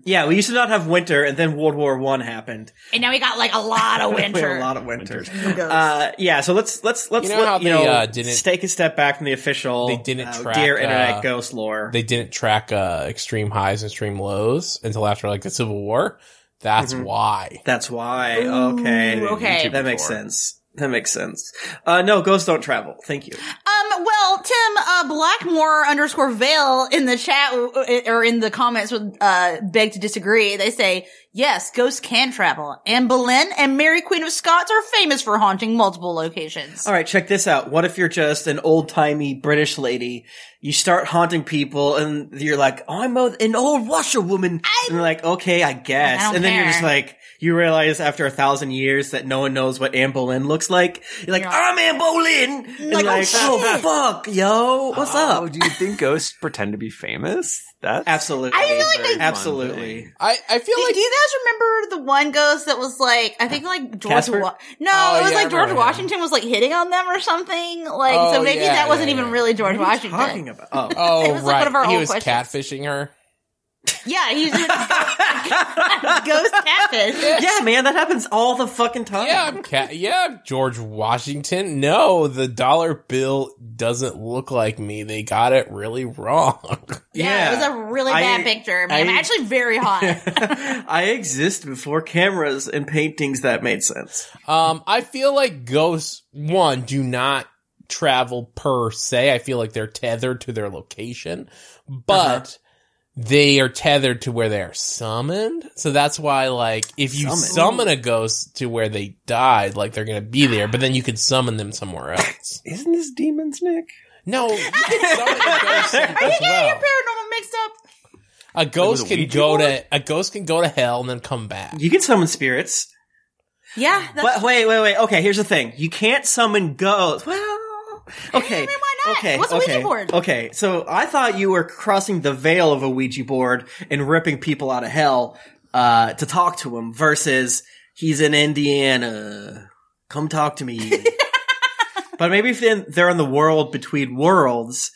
S3: Yeah, we used to not have winter, and then World War One happened.
S2: and now we got like a lot of
S3: We had
S2: winter.
S3: a lot of winters.
S2: Ghosts.
S3: Uh, yeah, so let's let's let's
S4: know
S3: let-
S4: how
S3: you
S4: they,
S3: know
S4: uh, didn't-
S3: take a step back from the official.
S4: They didn't
S3: uh,
S4: track,
S3: dear internet
S4: uh,
S3: ghost lore.
S4: They didn't track uh, extreme highs and extreme lows until after like the Civil War. That's why.
S3: That's why. okay,
S2: Ooh, okay.
S3: that makes sense. That makes sense. Uh, no, ghosts don't travel. Thank you.
S2: Um, well, Tim, uh, Blackmore underscore Vale in the chat uh, or in the comments would, uh, beg to disagree. They say, yes, ghosts can travel. Anne Boleyn and Mary Queen of Scots are famous for haunting multiple locations.
S3: All right, check this out. What if you're just an old timey British lady? You start haunting people, and you're like, "I'm a, an old Russia woman," and they're like, "Okay, I guess."
S2: I don't
S3: and then you're
S2: care.
S3: just like, you realize after a thousand years that no one knows what Anne Boleyn looks like. You're like,
S2: Yeah.
S3: "I'm Anne Boleyn," and you're
S2: Like, oh,
S3: like, "Oh
S2: shit."
S3: fuck, yo, what's
S5: Oh,
S3: up?"
S5: do you think ghosts pretend to be famous? That's
S3: Absolutely,
S2: I feel like
S5: very
S2: they-
S5: fun
S3: absolutely.
S5: thing.
S4: I, I feel
S2: Do,
S4: like
S2: do you guys remember the one ghost that was like, I think like George,
S3: Casper?
S2: Wa- no,
S4: Oh,
S2: it was
S4: yeah, I
S2: like George
S4: remember him.
S2: Washington was like hitting on them or something. Like, so
S4: Oh,
S2: maybe
S4: yeah,
S2: that wasn't
S4: yeah,
S2: even
S4: yeah.
S2: really George
S3: What are you
S2: Washington.
S3: talking about? Oh,
S4: Oh,
S2: It was, like,
S4: right.
S2: one of our
S4: he
S2: old
S4: was
S2: questions.
S4: catfishing her.
S2: Yeah, he's doing ghost catfish.
S3: yeah, man, that happens all the fucking time.
S4: Yeah, I'm cat. Yeah, I'm George Washington. No, the dollar bill doesn't look like me. They got it really wrong.
S2: Yeah, it was a really
S3: I-
S2: bad picture. Man,
S3: I-
S2: I'm actually very hot.
S3: I exist before cameras and paintings that made sense.
S4: Um, I feel like ghosts one do not travel per se. I feel like they're tethered to their location, but they are tethered to where they are summoned. So that's why, like, if you
S3: Summoned.
S4: summon a ghost to where they died, like they're gonna be there, but then you could summon them somewhere else.
S5: Isn't this demons, Nick?
S4: no, you can summon a ghost
S2: Are you
S4: as
S2: getting your
S4: well.
S2: paranormal mixed up?
S4: A ghost
S5: a
S4: can
S5: Ouija
S4: go
S5: board?
S4: to a ghost can go to hell and then come back.
S3: You can summon spirits.
S2: Yeah, that's
S3: But wait, wait, wait. Okay, here's the thing. You can't summon ghosts. Well, okay.
S2: I mean, why not?
S3: Okay.
S2: What's a Ouija
S3: okay, Oh.
S2: board?
S3: Okay. So I thought you were crossing the veil of a Ouija board and ripping people out of hell uh, to talk to him versus he's in Indiana. Come talk to me. but maybe if then they're in the world between worlds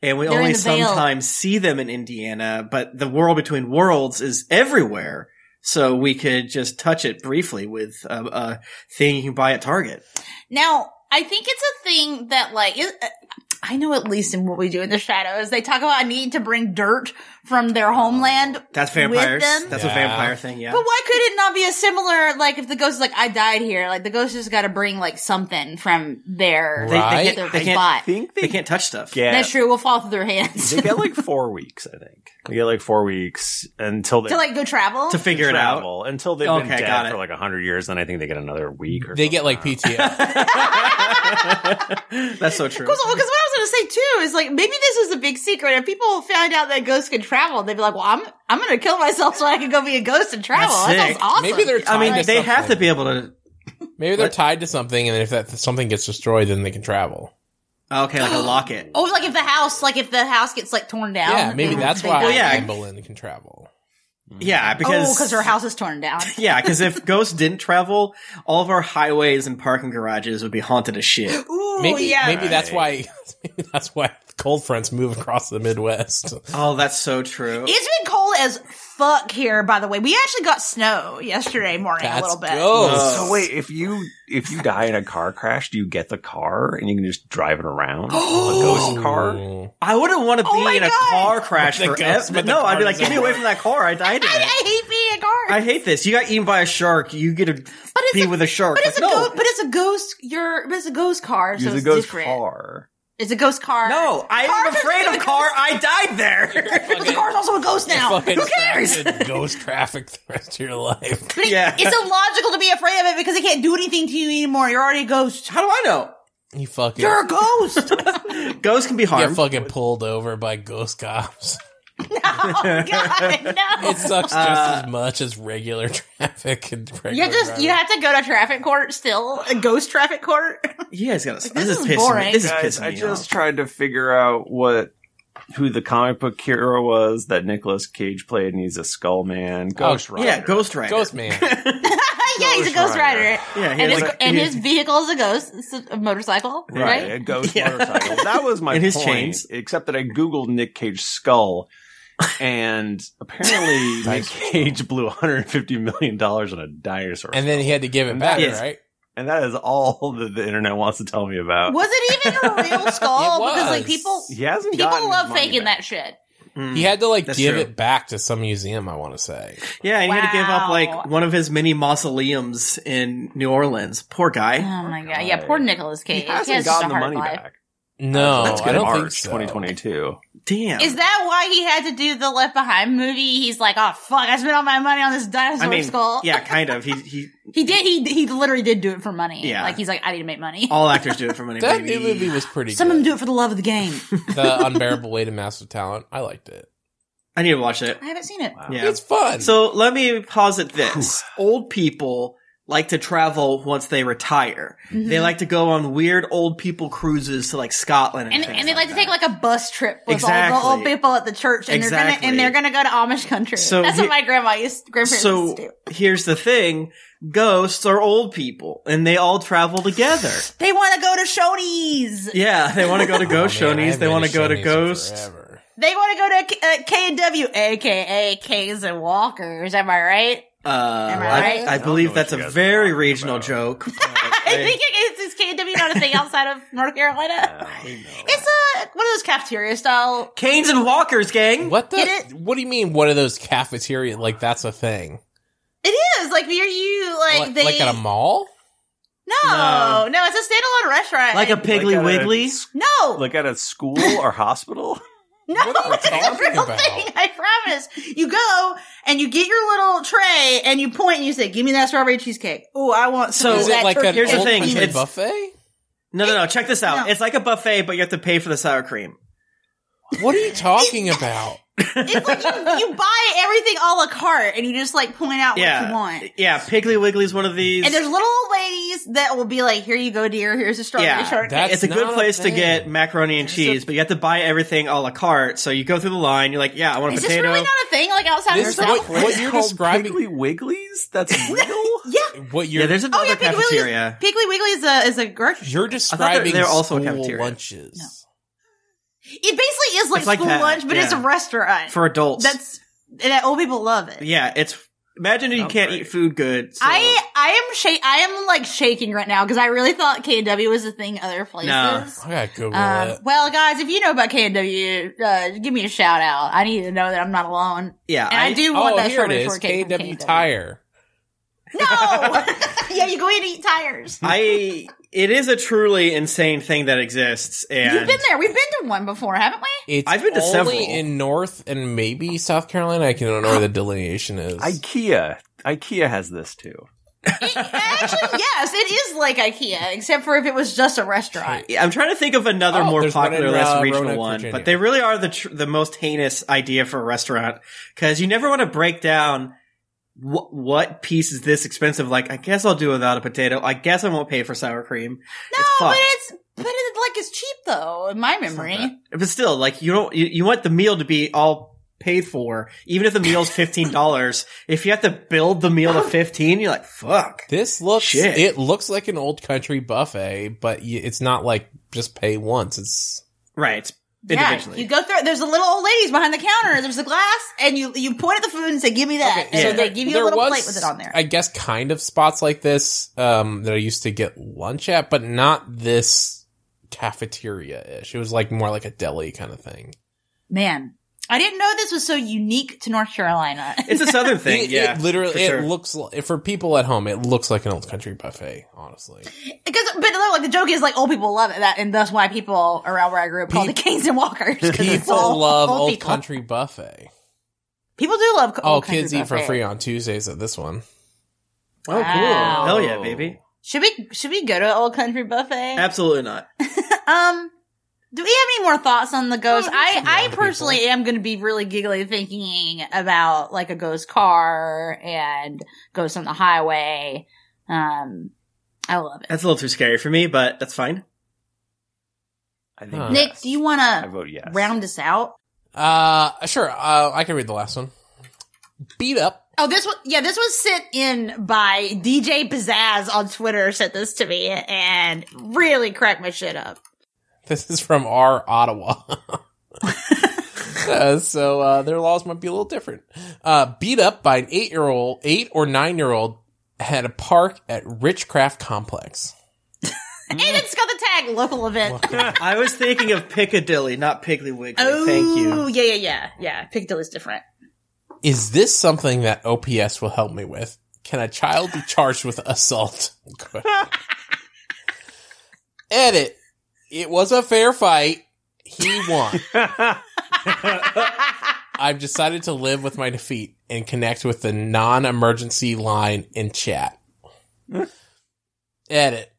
S3: and we
S2: They're in
S3: only
S2: the veil.
S3: sometimes see them in Indiana, but the world between worlds is everywhere. so we could just touch it briefly with a, a thing you can buy at Target.
S2: Now, I think it's a thing that like it, uh, I know at least in what we do in the shadows, they talk about a need to bring dirt from their
S3: Oh,
S2: homeland.
S3: That's vampires.
S2: them?
S3: That's a
S4: Yeah.
S3: vampire thing. Yeah.
S2: But why could it not be a similar like if the ghost is like I died here, like the ghost just got to bring like something from their
S4: Right.
S3: can't-
S2: their
S3: they can't
S5: I
S2: spot.
S5: think
S3: They
S5: they,
S3: can't touch stuff.
S5: get
S2: That's true. We'll fall through their hands
S5: they get like four weeks. I think they get like four weeks until they
S2: to like go travel.
S3: To figure it out.
S5: travel, until they've
S3: Okay,
S5: been dead
S3: got it.
S5: for like hundred years. Then I think they get another week. or
S4: They get like
S5: something.
S4: PTO.
S3: That's so true.
S2: Because what I was going to say too is like maybe this is a big secret. If people found out that ghosts could travel, they'd be like, "Well, I'm I'm going to kill myself so I can go be a ghost and travel."
S3: That's
S2: That sounds
S3: sick.
S2: awesome.
S4: Maybe they're tied
S3: I mean,
S4: to
S3: they have to
S4: something.
S3: be able to.
S4: Maybe they're
S3: What?
S4: tied to something, and if that something gets destroyed, then they can travel.
S3: Okay, like a locket.
S2: oh, like if the house, like if the house gets like torn down.
S4: yeah, maybe
S2: they-
S4: that's
S2: they
S4: why
S2: die.
S3: Well, yeah.
S4: Anne Boleyn can travel. Mm-hmm.
S3: Yeah, because
S2: oh, because her house is torn down.
S3: Yeah, because if ghosts didn't travel, all of our highways and parking garages would be haunted as shit.
S2: Ooh,
S4: Maybe
S2: Oh, yeah.
S4: maybe that's why maybe that's why cold fronts move across the Midwest.
S3: Oh, that's so true.
S2: It's been cold as fuck here, by the way. We actually got snow yesterday morning
S4: That's
S2: a little bit.
S4: gross.
S5: Uh, So wait, if you if you die in a car crash, do you get the car and you can just drive it around? a ghost car?
S3: I wouldn't want to be
S2: Oh my
S3: in a
S2: God.
S3: car crash
S4: But the ghost-
S3: forever.
S4: but the
S3: No, I'd
S4: car
S3: be like,
S4: is
S3: get me
S4: over.
S3: away from that car. I died in
S2: I,
S3: it.
S2: I hate being a guard.
S3: I hate this. You got eaten by a shark. You get to be
S2: it's a-
S3: with a shark.
S2: but it's a
S3: Like, no,
S2: ghost. But it's a ghost. You're. But it's a ghost car. So
S5: Use a
S2: it's
S5: ghost
S2: different.
S5: car.
S2: It's a ghost car.
S3: no, I'm
S2: Cars are
S3: afraid
S2: just
S3: of
S2: a
S3: car.
S2: ghost.
S3: I died there.
S2: But the car's also a ghost now.
S4: Fucking
S2: Who cares?
S4: trapped in ghost traffic the rest of your life.
S2: But it-
S3: Yeah.
S2: it's illogical to be afraid of it because it can't do anything to you anymore. You're already a ghost.
S3: How do I know?
S4: You fucking
S2: You're a ghost.
S3: Ghosts can be
S4: get
S3: harmed.
S4: fucking pulled over by ghost cops.
S2: oh God, no.
S4: It sucks just
S5: Uh,
S4: as much as regular traffic and regular
S2: you just you
S4: driving.
S2: have to go to traffic court still, a ghost traffic court.
S3: You guys got to.
S2: this
S3: This
S2: is
S3: is pissing
S2: boring.
S3: me. This is
S5: Guys,
S3: pissing me
S5: I just
S3: off.
S5: tried to figure out what who the comic book hero was that Nicolas Cage played, and he's a skull man. Oh, Ghost Rider.
S3: Yeah, Ghost Rider.
S4: Ghost man.
S2: yeah, he's a ghost
S5: Ghost
S2: rider,
S5: rider.
S3: Yeah, he
S2: and,
S3: has
S2: his,
S3: like-
S2: and
S3: he-
S2: his vehicle is a ghost, it's a- a motorcycle,
S5: Right,
S2: right?
S5: a ghost
S3: Yeah.
S5: motorcycle. That was my
S3: And his
S5: point,
S3: chains.
S5: Except that I googled Nick Cage skull, and apparently Nick
S4: Nice.
S5: Cage blew 150 million dollars on a dinosaur,
S4: and then he had to give it
S5: And
S4: back,
S5: that
S3: is-
S4: right?
S5: and that is all that the internet wants to tell me about.
S2: Was it even a real skull?
S4: It
S2: Because like
S4: was.
S2: people,
S5: He hasn't.
S2: people
S5: gotten
S2: love
S5: his money
S2: faking
S5: back.
S2: that shit.
S3: Mm.
S4: He had to like
S3: That's
S4: give
S3: true.
S4: it back to some museum, I want to say.
S3: Yeah, and he had to give up
S2: Wow.
S3: like one of his many mausoleums in New Orleans. Poor guy.
S2: Oh my god, yeah, poor Nicolas Cage.
S5: He
S2: He has
S5: hasn't
S2: such a
S5: gotten the
S2: hard
S5: money
S2: life.
S5: back.
S4: No,
S5: That's
S4: Oh, I
S5: good.
S4: don't
S5: March
S4: think so.
S5: 2022.
S3: Damn.
S2: Is that why he had to do the Left Behind movie? He's like, oh fuck, I spent all my money on this dinosaur
S3: I mean,
S2: skull.
S3: yeah, kind of. He he.
S2: he did. He he literally did do it for money.
S3: Yeah.
S2: like he's like, I need to make money.
S3: All actors do it for money.
S4: That
S3: baby.
S4: new movie was pretty
S2: Some of them
S4: good.
S2: do it for the love of the game.
S4: the unbearable weight of massive talent. I liked it.
S3: I need to watch it.
S2: I haven't seen it.
S3: Yeah.
S4: It's fun.
S3: So let me posit this: old people like to travel once they retire.
S2: Mm-hmm.
S3: They like to go on weird old people cruises to like Scotland and,
S2: And,
S3: things
S2: and they'd like to
S3: that.
S2: take like a bus trip with all the
S3: Exactly.
S2: old people at the church, and
S3: Exactly.
S2: they're gonna and they're gonna go to Amish country.
S3: So
S2: That's
S3: he-
S2: what my grandma used. Grandparents
S3: So
S2: used to do.
S3: here's the thing: ghosts are old people, and they all travel together.
S2: They want to go to Shoney's.
S3: Yeah, they want to go to
S4: Oh, man,
S3: Ghost Shoney's.
S4: I haven't
S3: They
S4: been
S3: want to go to
S4: Shoney's in
S3: Ghost.
S4: forever.
S2: They want to go to uh, K and W, aka K's and Walkers. Am I right?
S3: Uh,
S2: I
S3: I,
S2: right?
S3: I
S5: I don't know
S3: believe
S5: what
S3: that's
S5: you
S3: a
S5: guys are
S3: very
S5: talking
S3: regional
S5: about.
S3: joke. but
S2: I
S3: I-
S2: think it is, is KW not a thing outside of North Carolina. It's a one of those cafeteria style.
S3: Canes and Walkers, gang.
S4: What
S2: Get
S4: the? What do you mean? One of those cafeteria? Like that's a thing?
S2: It is like near you, like,
S4: Like,
S2: they
S4: like at a mall?
S2: no,
S3: No.
S2: no, it's a standalone restaurant.
S3: Like a
S2: And-
S3: Piggly
S5: Like at a
S3: Wiggly?
S5: s-
S2: no,
S5: Like at a school or hospital?
S2: no,
S4: what are you
S2: it's a
S4: talking
S2: real
S4: about?
S2: thing. I promise. You go and you get your little tray and you point and you say, "Give me that strawberry cheesecake." Oh, I want some
S3: So-
S2: of
S4: Is
S2: that
S4: it like
S2: turkey
S4: an
S3: Here's the
S4: old
S3: thing,
S4: country
S3: it's-
S4: buffet?
S3: No, no, no. Check this out.
S2: No.
S3: It's like a buffet, but you have to pay for the sour cream.
S4: What are you talking about?
S2: It's like you, you buy everything a la carte and you just like point out what
S3: Yeah.
S2: you want.
S3: Yeah, Piggly Wiggly's one of these.
S2: And there's little old ladies that will be like, "Here you go, dear. Here's a strawberry
S3: Yeah,
S2: shortcake."
S4: that's
S3: it's a
S4: not
S3: good
S4: a
S3: place to
S4: thing.
S3: get macaroni and cheese, but you have to buy everything a la carte. So you go through the line. You're like, yeah, I want a
S2: Is
S3: potato.
S2: this really not a thing like outside
S4: This
S2: of
S4: is
S2: South?
S4: what, what you're
S5: Called
S4: describing.
S5: Piggly Wigglies? That's real?
S2: yeah.
S4: What you're
S3: yeah, there's
S2: Oh
S3: another
S2: yeah, Piggly Wiggly,
S3: cafeteria.
S2: is, Piggly Wiggly is a is a grocery.
S4: you're describing.
S3: they're also a
S4: school
S3: cafeteria.
S4: lunches.
S2: It basically is like
S3: It's like
S2: school
S3: that,
S2: lunch, but it's a
S3: yeah.
S2: restaurant.
S3: for adults.
S2: That's and that old people love it.
S3: yeah, it's Imagine you
S5: Oh,
S3: can't
S5: right.
S3: eat food good. so-
S2: I I am shake I am like shaking right now because I really thought KW was a thing other places.
S3: No.
S4: I gotta Google
S2: Um,
S4: it.
S2: well, guys, if you know about KW, uh, give me a shout out. I need to know that I'm not alone.
S3: yeah,
S2: And I, do want
S4: Oh,
S2: that
S4: here it
S2: strawberry
S4: is.
S2: shortcake from
S4: KW Tire.
S2: No, yeah, you go in and eat tires.
S3: I it is a truly insane thing that exists, and
S2: You've been there. We've been to one before, haven't we?
S4: It's
S3: I've been to
S4: only
S3: several.
S4: in North and maybe South Carolina. I don't know where the delineation is.
S5: IKEA. IKEA has this too.
S2: It- actually, yes, it is like IKEA, except for if it was just a restaurant.
S3: Yeah, I'm trying to think of another
S4: Oh,
S3: more
S4: there's one
S3: popular,
S4: in,
S3: less
S4: uh,
S3: regional
S4: Roanoke,
S3: one,
S4: Virginia.
S3: but they really are the tr- the most heinous idea for a restaurant because you never want to break down wh- what piece is this expensive. Like, I guess I'll do without a potato. I guess I won't pay for sour cream.
S2: No,
S3: It's
S2: but
S3: fucked.
S2: it's but it's like it's cheap though, in my memory.
S3: But still, like you don't you, you want the meal to be all paid for, even if the meal's fifteen dollars. if you have to build the meal to fifteen, you're like fuck.
S4: This looks
S3: Shit.
S4: it looks like an old country buffet, but y- it's not like just pay once. It's
S3: Right.
S2: Yeah,
S3: Individually.
S2: you go through. There's a little old ladies behind the counter. There's a glass, and you you point at the food and say, "Give me that."
S4: Okay,
S2: and
S3: so
S2: they
S4: there-
S2: give you
S4: there
S2: a little
S4: was,
S2: plate with it on there.
S4: I guess kind of spots like this um, that I used to get lunch at, but not this cafeteria ish. It was like more like a deli kind of thing.
S2: Man, I didn't know this was so unique to North Carolina.
S3: it's a southern thing.
S4: it,
S3: yeah.
S4: it literally
S3: for
S4: it
S3: sure.
S4: looks li- for people at home. It looks like an old country buffet. Honestly,
S2: Because, but look, like the joke is, like old people love it, that, and that's why people around where I grew up call it the Canes and Walkers. 'cause it's
S4: people
S2: all
S4: love old
S2: people.
S4: country buffet.
S2: People do love. co-
S4: All
S2: old country
S4: kids eat for
S2: buffet.
S4: free on Tuesdays at this one.
S3: Oh, cool.
S2: Wow.
S3: Hell yeah, baby.
S2: Should we should we go to an old country buffet?
S3: Absolutely not.
S2: Um, do we have any more thoughts on the ghost?
S4: Oh, we can
S2: I,
S4: round
S2: I
S4: people.
S2: personally am going to be really giggly thinking about like a ghost car and ghosts on the highway. Um, I love it.
S3: That's a little too scary for me, but that's fine.
S5: I
S4: Huh.
S2: Nick,
S5: Oh, yes.
S2: do you
S5: I
S2: want
S5: vote yes.
S2: to round us out?
S4: Uh, sure. Uh, I can read the last one. Beat up
S2: Oh, this was yeah, this was sent in by DJ Pizzazz on Twitter. Sent this to me and really cracked my shit up.
S4: This is from our Ottawa. Uh, so uh, their laws might be a little different. Uh, beat up by an eight-year-old, eight or nine-year-old, at a park at Richcraft Complex.
S2: And it's got the tag local event.
S3: I was thinking of Piccadilly, not Piggly Wiggly.
S2: Oh,
S3: Thank you.
S2: yeah, yeah, yeah, yeah. Piccadilly's different.
S4: Is this something that OPS will help me with? Can a child be charged with assault? Edit. It was a fair fight. He won. I've decided to live with my defeat and connect with the non emergency line in chat. Edit.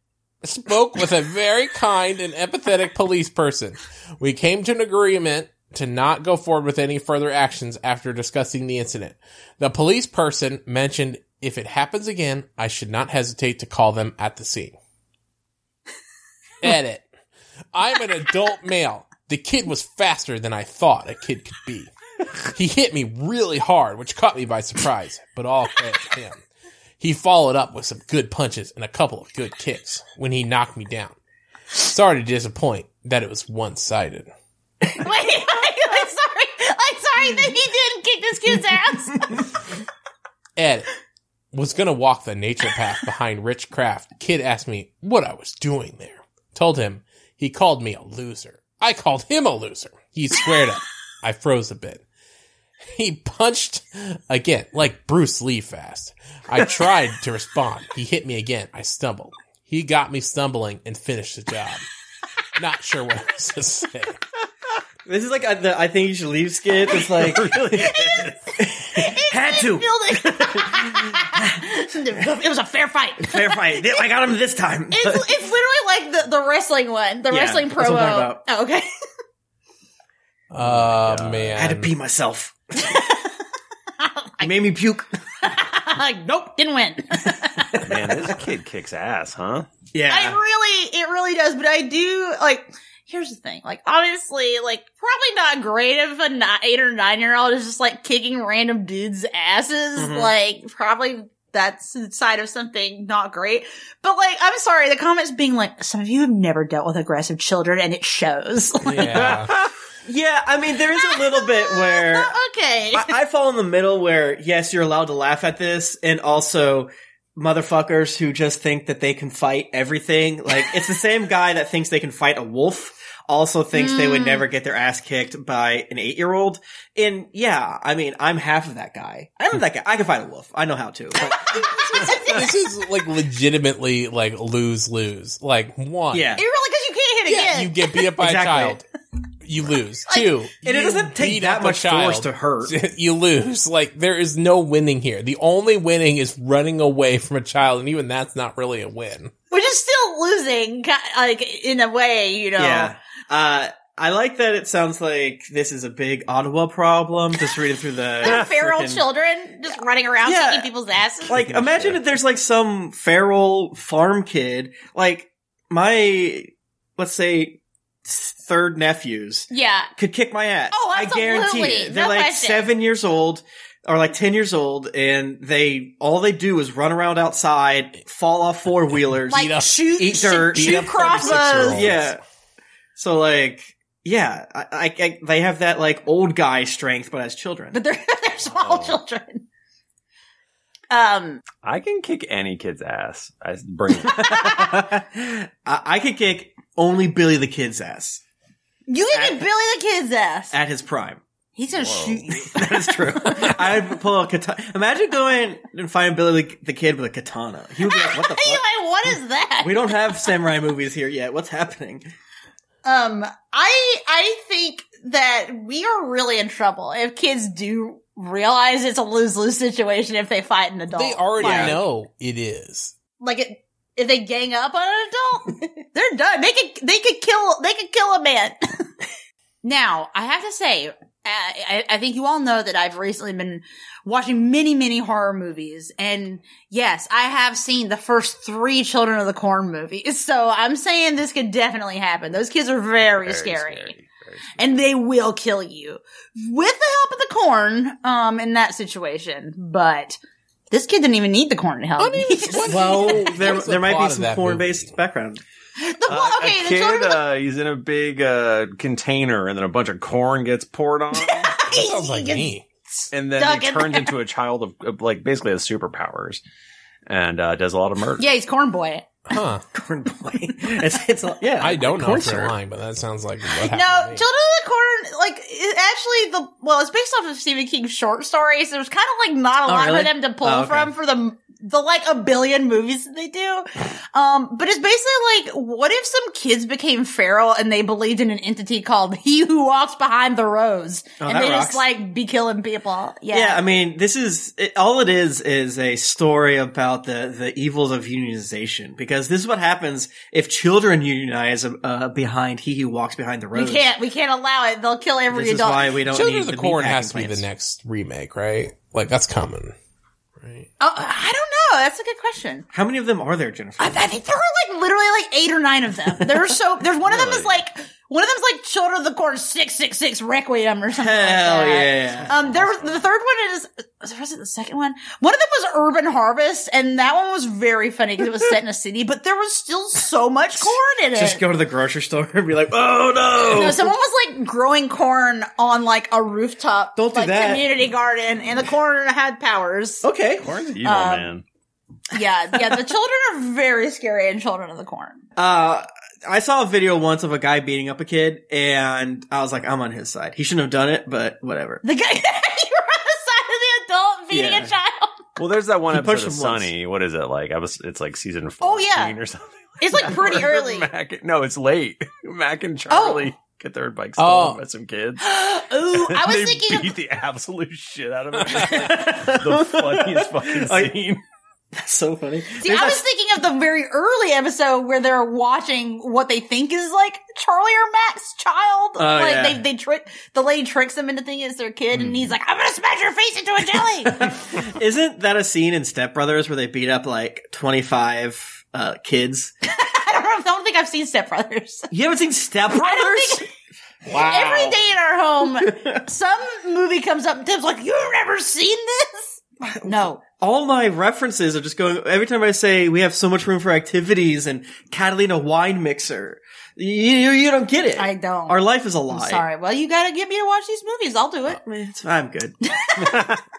S4: Spoke with a very kind and empathetic police person. We came to an agreement to not go forward with any further actions after discussing the incident. The police person mentioned if it happens again, I should not hesitate to call them at the scene. Edit. I'm an adult male. The kid was faster than I thought a kid could be. He hit me really hard, which caught me by surprise, but all credit to him. He followed up with some good punches and a couple of good kicks when he knocked me down. Sorry to disappoint that it was one sided.
S2: Wait, I'm sorry. I'm sorry that he didn't kick this kid's ass.
S4: Ed was gonna walk the nature path behind Rich Craft. Kid asked me what I was doing there. Told him he called me a loser. I called him a loser. He squared up. I froze a bit. He punched again, like Bruce Lee fast. I tried to respond. He hit me again. I stumbled. He got me stumbling and finished the job. Not sure what else to say.
S3: This is like a, the I think you should leave skit. It's like really had to
S2: Building. it was a fair fight.
S3: fair fight. I got him this time.
S2: It's, it's literally like the, the wrestling one, the
S3: Yeah,
S2: wrestling
S3: that's what I'm talking
S2: promo.
S3: about.
S2: Oh, okay.
S4: Oh, man.
S3: I had to pee myself. You made me puke.
S2: Like, nope, didn't win.
S5: Man, this kid kicks ass, huh?
S2: I
S3: Yeah,
S2: really, it really does, but I do like. Here's the thing, like obviously, like probably not great if a ni- eight or nine year old is just like kicking random dudes' asses.
S3: Mhm.
S2: Like probably that's the side of something not great. But like, I'm sorry, the comments being like, some of you have never dealt with aggressive children, and it shows.
S4: Yeah.
S3: Yeah, I mean, there is a little bit where
S2: okay.
S3: I, I fall in the middle where, yes, you're allowed to laugh at this, and also motherfuckers who just think that they can fight everything. Like, it's the same guy that thinks they can fight a wolf, also thinks they would never get their ass kicked by an eight year old. And yeah, I mean, I'm half of that guy. I'm that guy. I can fight a wolf. I know how to. But
S4: this is like legitimately like lose lose. Like one,
S3: yeah.
S2: It really because you can't hit
S4: yeah,
S2: again.
S4: you get beat up by
S3: Exactly.
S4: a child, you lose. Two,
S3: And it
S4: you
S3: doesn't take
S4: beat
S3: that
S4: up a
S3: much
S4: child,
S3: force to hurt.
S4: you lose. Like there is no winning here. The only winning is running away from a child, and even that's not really a win.
S2: Which is still losing, ki- like in a way, you know.
S3: Yeah. Uh, I like that it sounds like this is a big Ottawa problem, just reading through
S2: They're
S3: the.
S2: feral
S3: frickin-
S2: children just running around
S3: Yeah.
S2: kicking people's asses.
S3: Like, imagine if there's like some feral farm kid. Like, my, let's say, third nephews
S2: yeah.
S3: could kick my ass.
S2: Oh,
S3: I guarantee
S2: absolutely.
S3: it. They're
S2: No
S3: like
S2: question.
S3: seven years old or like 10 years old, and they, all they do is run around outside, fall off four wheelers,
S2: Like
S4: Eat up-
S2: shoot,
S3: eat dirt.
S4: beat
S2: shoot
S4: up 36-year-olds.
S2: crossbows.
S3: Yeah. So like, yeah, I, I, I they have that like old guy strength, but as children.
S2: But they're, they're small
S5: Oh.
S2: children. Um,
S5: I can kick any kid's ass. I bring it.
S3: I, I could kick only Billy the Kid's ass
S2: you can get Billy the Kid's ass.
S3: at his prime.
S2: He's gonna shoot you.
S3: That is true. I'd pull a katana. Imagine going and finding Billy the, the Kid with a katana. He would be like, "What the
S2: Hey,
S3: fuck?
S2: like, what is that?
S3: We don't have samurai movies here yet. What's happening?"
S2: Um, I I think that we are really in trouble if kids do realize it's a lose lose situation if they fight an adult.
S4: They already
S2: like,
S4: know it is.
S2: Like it, if they gang up on an adult, they're done. They could they could kill they could kill a man. now I have to say. I, I I think you all know that I've recently been watching many, many horror movies, and yes, I have seen the first three Children of the Corn movies. So I'm saying this could definitely happen. Those kids are very, scary
S5: Very scary.
S2: and they will kill you with the help of the corn um in that situation but this kid didn't even need the corn to help me.
S3: Well, there
S4: Oh, What's the
S3: there might
S4: plot
S3: be
S4: of
S3: some
S4: that
S3: porn
S4: movie?
S3: based background.
S2: the, one-
S5: Uh,
S2: okay
S5: a
S2: the
S5: kid,
S2: children of the
S5: uh, he's in a big uh, container, and then a bunch of corn gets poured on, him,
S4: That sounds like
S2: Yes.
S4: me.
S5: and then
S2: Stuck
S5: he
S2: in
S5: turns
S2: there.
S5: into a child of, of like basically has superpowers, and uh, does a lot of murder.
S2: yeah he's corn boy
S4: Huh?
S3: Corn boy. It's, it's yeah.
S4: I don't know
S3: corn
S4: if they're
S3: syrup.
S4: lying, but that sounds like what
S2: no children
S4: happened. to me.
S2: of the corn like it- actually the well it's based off of stephen king's short stories there's kind of like not a
S3: Oh,
S2: lot
S3: really?
S2: for them to pull
S3: Oh, okay.
S2: from for the the like a billion movies that they do um but it's basically like what if some kids became feral and they believed in an entity called he who walks behind the rose
S3: Oh,
S2: and
S3: that
S2: they
S3: rocks.
S2: just like be killing people yeah,
S3: Yeah, I mean, this is it, all it is is a story about the the evils of unionization because this is what happens if children unionize uh, behind he who walks behind the
S2: we
S3: road.
S2: can't we can't allow it they'll kill every
S3: This is
S2: adult
S3: why we don't.
S4: Children
S3: need
S4: of the
S3: the
S4: Corn
S3: meatpacking
S4: has to be the
S3: plants.
S4: next remake, right? Like that's coming. Right.
S2: oh, i don't know that's a good question
S3: How many of them are there, Jennifer?
S2: I, I think there are like literally like eight or nine of them. There's so there's one of them is like one of them's like Children of the Corn six six six Requiem or something. like
S3: Hell
S2: that.
S3: yeah!
S2: Um, there was the third one is was it the second one? One of them was Urban Harvest, and that one was very funny because it was set in a city, but there was still so much corn in it.
S3: Just go to the grocery store and be like, "Oh no!"
S2: No, someone was like growing corn on like a rooftop,
S3: Don't do
S2: like
S3: that. Oh.
S2: community garden, and the corn had powers.
S3: Okay.
S5: Corn's evil,
S2: Um,
S5: man.
S2: Yeah, yeah. The children are very scary in Children of the Corn.
S3: Uh, I saw a video once of a guy beating up a kid, and I was like, "I'm on his side. He shouldn't have done it, but whatever."
S2: The guy you were on the side of the adult beating
S3: Yeah.
S2: a child.
S5: Well, there's that one
S3: He
S5: episode
S3: pushed
S5: of
S3: him once.
S5: Sunny. What is it like? I was. It's like season
S2: Oh,
S5: 14
S2: yeah.
S5: or something.
S2: It's like pretty
S5: Where
S2: early. Oh.
S5: Mac and- no, it's late. Mac and Charlie get their bikes
S4: Oh.
S5: stolen by some kids.
S2: Ooh, I was
S5: they
S2: thinking
S5: beat
S2: of
S5: the absolute shit out of it. the funniest fucking
S3: Like-
S5: scene.
S3: That's so funny.
S2: See,
S3: There's
S2: I
S3: that-
S2: was thinking of the very early episode where they're watching what they think is like Charlie or Mac's child.
S3: Oh,
S2: like
S3: yeah.
S2: they they trick the lady tricks them into thinking it's their kid, and he's like, "I'm gonna smash your face into a jelly."
S3: Isn't that a scene in Step Brothers where they beat up like 25 uh, kids?
S2: I don't know. I don't think I've seen Step Brothers.
S3: You haven't seen Step Brothers?
S2: don't
S4: Wow.
S2: Every day in our home, some movie comes up and Tim's like, "You've never seen this." No.
S3: All my references are just going, every time I say we have so much room for activities and Catalina wine mixer, You, you, you don't get it.
S2: I don't.
S3: Our life is a lie.
S2: I'm sorry. Well, you gotta get me to watch these movies. I'll do it.
S3: Eh, it's- I'm good.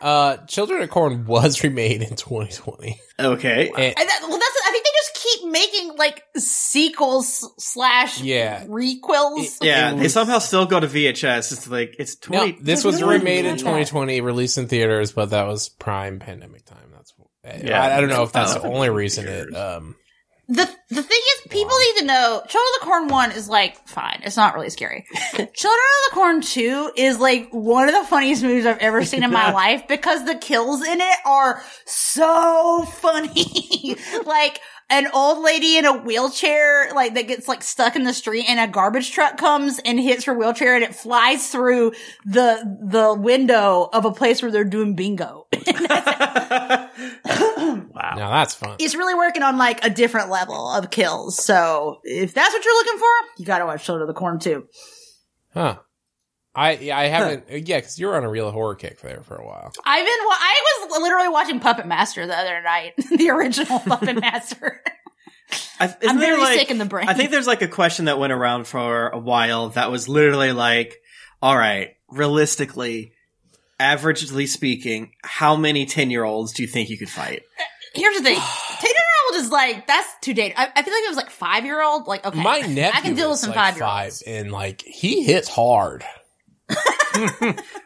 S4: Uh, Children of Corn was remade in 2020.
S3: Okay.
S4: And-
S2: And that, well, that's. I think they just keep making like sequels slash
S4: Yeah.
S2: requels.
S3: Yeah,
S4: It
S3: they
S4: was-
S3: somehow still go to VHS. It's like it's
S4: no,
S3: twenty.
S4: this was
S2: Really?
S4: remade in
S2: Yeah.
S4: 2020, released in theaters, but that was prime pandemic time. That's eh,
S3: Yeah.
S4: I, I don't know if that's
S3: Oh.
S4: the only reason it. Um,
S2: The the thing is, people need to know. Children of the Corn one is like fine. It's not really scary. Children of the Corn two is like one of the funniest movies I've ever seen in my life because the kills in it are so funny. like an old lady in a wheelchair, like that gets like stuck in the street, and a garbage truck comes and hits her wheelchair, and it flies through the the window of a place where they're doing bingo.
S4: Now that's fun.
S2: it's really working on like a different level of kills. So if that's what you're looking for, you gotta watch Children of the Corn too.
S4: Huh. I yeah, I haven't uh, yeah because you were on a real horror kick there for a while.
S2: I've been, wa- I was literally watching Puppet Master the other night, the original Puppet Master.
S3: I, isn't
S2: I'm
S3: there,
S2: very
S3: like-
S2: sick in the brain.
S3: I think there's like a question that went around for a while that was literally like, all right, realistically, averagely speaking, how many 10 year olds do you think you could fight?
S2: Here's the thing: ten year old is like that's too dated. I, I feel like it was like five year old. Like okay,
S4: My nephew
S2: I can deal with
S4: is,
S2: some
S4: like,
S2: five year
S4: five
S2: olds.
S4: and like he hits hard.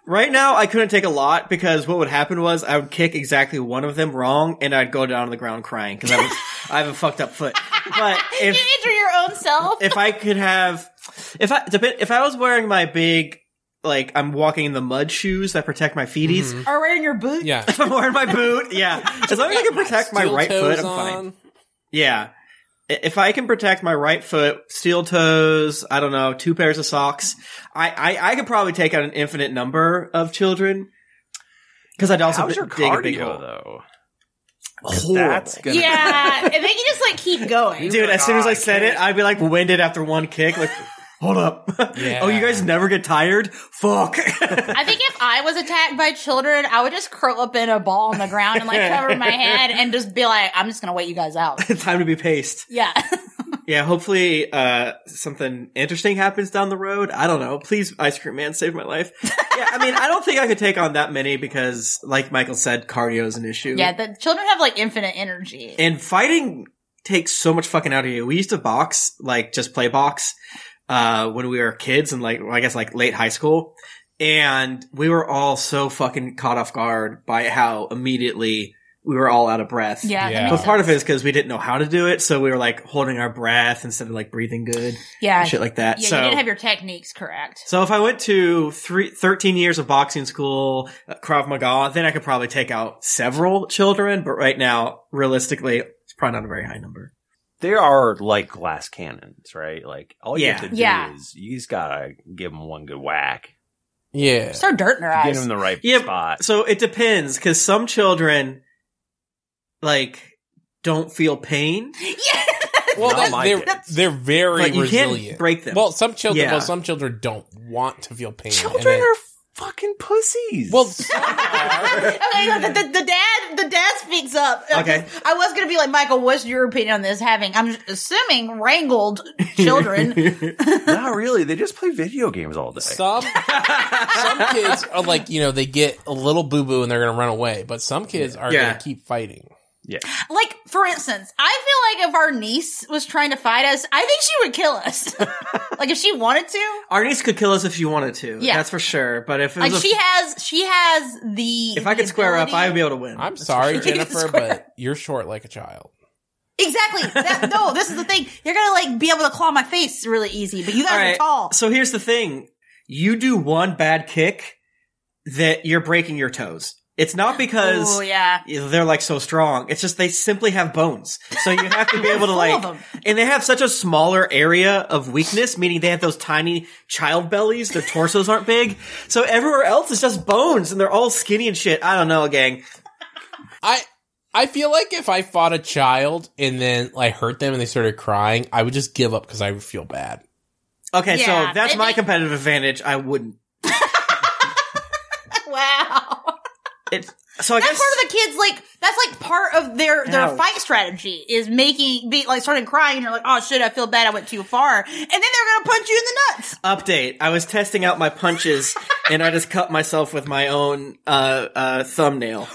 S3: Right now, I couldn't take a lot because what would happen was I would kick exactly one of them wrong and I'd go down on the ground crying because I, have a- I have a fucked up foot. But
S2: You
S3: if,
S2: injure your own self.
S3: if I could have, if I, depend, if I was wearing my big, like I'm walking in the mud shoes that protect my feeties,
S2: Or wearing your boot.
S4: Yeah.
S3: if I'm wearing my boot, yeah. As long as I can protect my
S4: Steel
S3: right foot, I'm
S4: toes
S3: fine.
S4: on.
S3: Yeah. I- If I can protect my right foot, steel toes, I don't know, two pairs of socks, I, I, I could probably take out an infinite number of children. Because I'd also
S5: How's your
S3: dig a big
S5: cardio
S3: hole.
S5: though?
S3: Horrible.
S5: That's gonna be-
S2: yeah, and they can just like keep going.
S3: Dude, as soon as I
S5: God,
S3: said it, I'd be like winded after one kick. Like, hold up.
S4: Yeah.
S3: oh, you guys never get tired? Fuck.
S2: I think if I was attacked by children, I would just curl up in a ball on the ground and like cover my head and just be like, I'm just gonna wait you guys out.
S3: Time to be paced.
S2: Yeah.
S3: Yeah, hopefully uh, something interesting happens down the road. I don't know. Please, Ice Cream Man, save my life. yeah, I mean, I don't think I could take on that many because, like Michael said, cardio is an issue.
S2: yeah, the children have like infinite energy.
S3: And fighting takes so much fucking out of you. We used to box, like just play box, uh, when we were kids and like, well, I guess like late high school. And we were all so fucking caught off guard by how immediately we were all out of breath.
S2: yeah, that
S4: Yeah.
S2: makes
S3: But part of it
S2: sense.
S3: is because we didn't know how to do it, so we were like holding our breath instead of like breathing good
S2: Yeah.
S3: and shit like that.
S2: yeah,
S3: so,
S2: you didn't have your techniques correct.
S3: so if I went to three, 13 years of boxing school, uh, Krav Maga, then I could probably take out several children. But right now, realistically, it's probably not a very high number.
S5: They are like glass cannons, right? Like all you
S3: Yeah.
S5: have to do
S2: Yeah.
S5: is you just gotta give them one good whack,
S4: Yeah.
S2: Start dirt in her
S5: get
S2: eyes.
S5: them in the right
S3: Yeah,
S5: spot.
S3: So it depends because some children, like, don't feel pain.
S2: yeah.
S4: Well,
S5: Not
S4: that-
S5: my
S4: they're
S5: kids.
S4: they're very
S3: Like, you can't
S4: resilient.
S3: break them.
S4: Well, some children.
S3: Yeah.
S4: Well, some children don't want to feel pain. and
S5: Children
S4: they-
S5: are fucking pussies.
S4: well. some are.
S2: okay, look, the, the dad, the dad speaks up.
S3: Okay.
S2: I was gonna be like, Michael, what's your opinion on this? Having, I'm assuming, wrangled children.
S5: not really. They just play video games all day.
S4: Some some kids are like you know they get a little boo boo and they're gonna run away, but some kids are
S3: Yeah.
S4: gonna keep fighting.
S5: yeah,
S2: like, for instance, I feel like if our niece was trying to fight us, I think she would kill us. like, if she wanted to,
S3: Our niece could kill us if she wanted to.
S2: Yeah.
S3: That's for sure. But if it was
S2: like
S3: a-
S2: she has, she has the.
S3: if I
S2: the
S3: could square up,
S2: ability-
S3: I'd be able to win.
S4: I'm sorry,
S2: sure.
S4: Jennifer,
S2: Jesus Christ.
S4: but you're short like a child.
S2: Exactly. That, no, this is the thing. You're gonna like be able to claw my face really easy, but you guys
S3: All
S2: are
S3: right,
S2: tall.
S3: So here's the thing: you do one bad kick, that you're breaking your toes. It's not because
S2: Oh yeah.
S3: they're like so strong. It's just they simply have bones. So you have to be able to
S2: Full of
S3: like,
S2: them.
S3: and they have such a smaller area of weakness, meaning they have those tiny child bellies. Their torsos aren't big. So everywhere else is just bones and they're all skinny and shit. I don't know, gang.
S4: I I feel like if I fought a child and then like hurt them and they started crying, I would just give up because I would feel bad.
S3: Okay,
S2: Yeah,
S3: so that's
S2: I
S3: my
S2: think-
S3: competitive advantage. I wouldn't.
S2: Wow.
S3: It, So I
S2: that's
S3: guess
S2: part of the kids like that's like part of their their
S1: Ouch.
S2: fight strategy is making be like starting crying and you're like oh shit I feel bad I went too far and then they're gonna punch you in the nuts
S3: update. I was testing out my punches, and I just cut myself with my own uh, uh, thumbnail.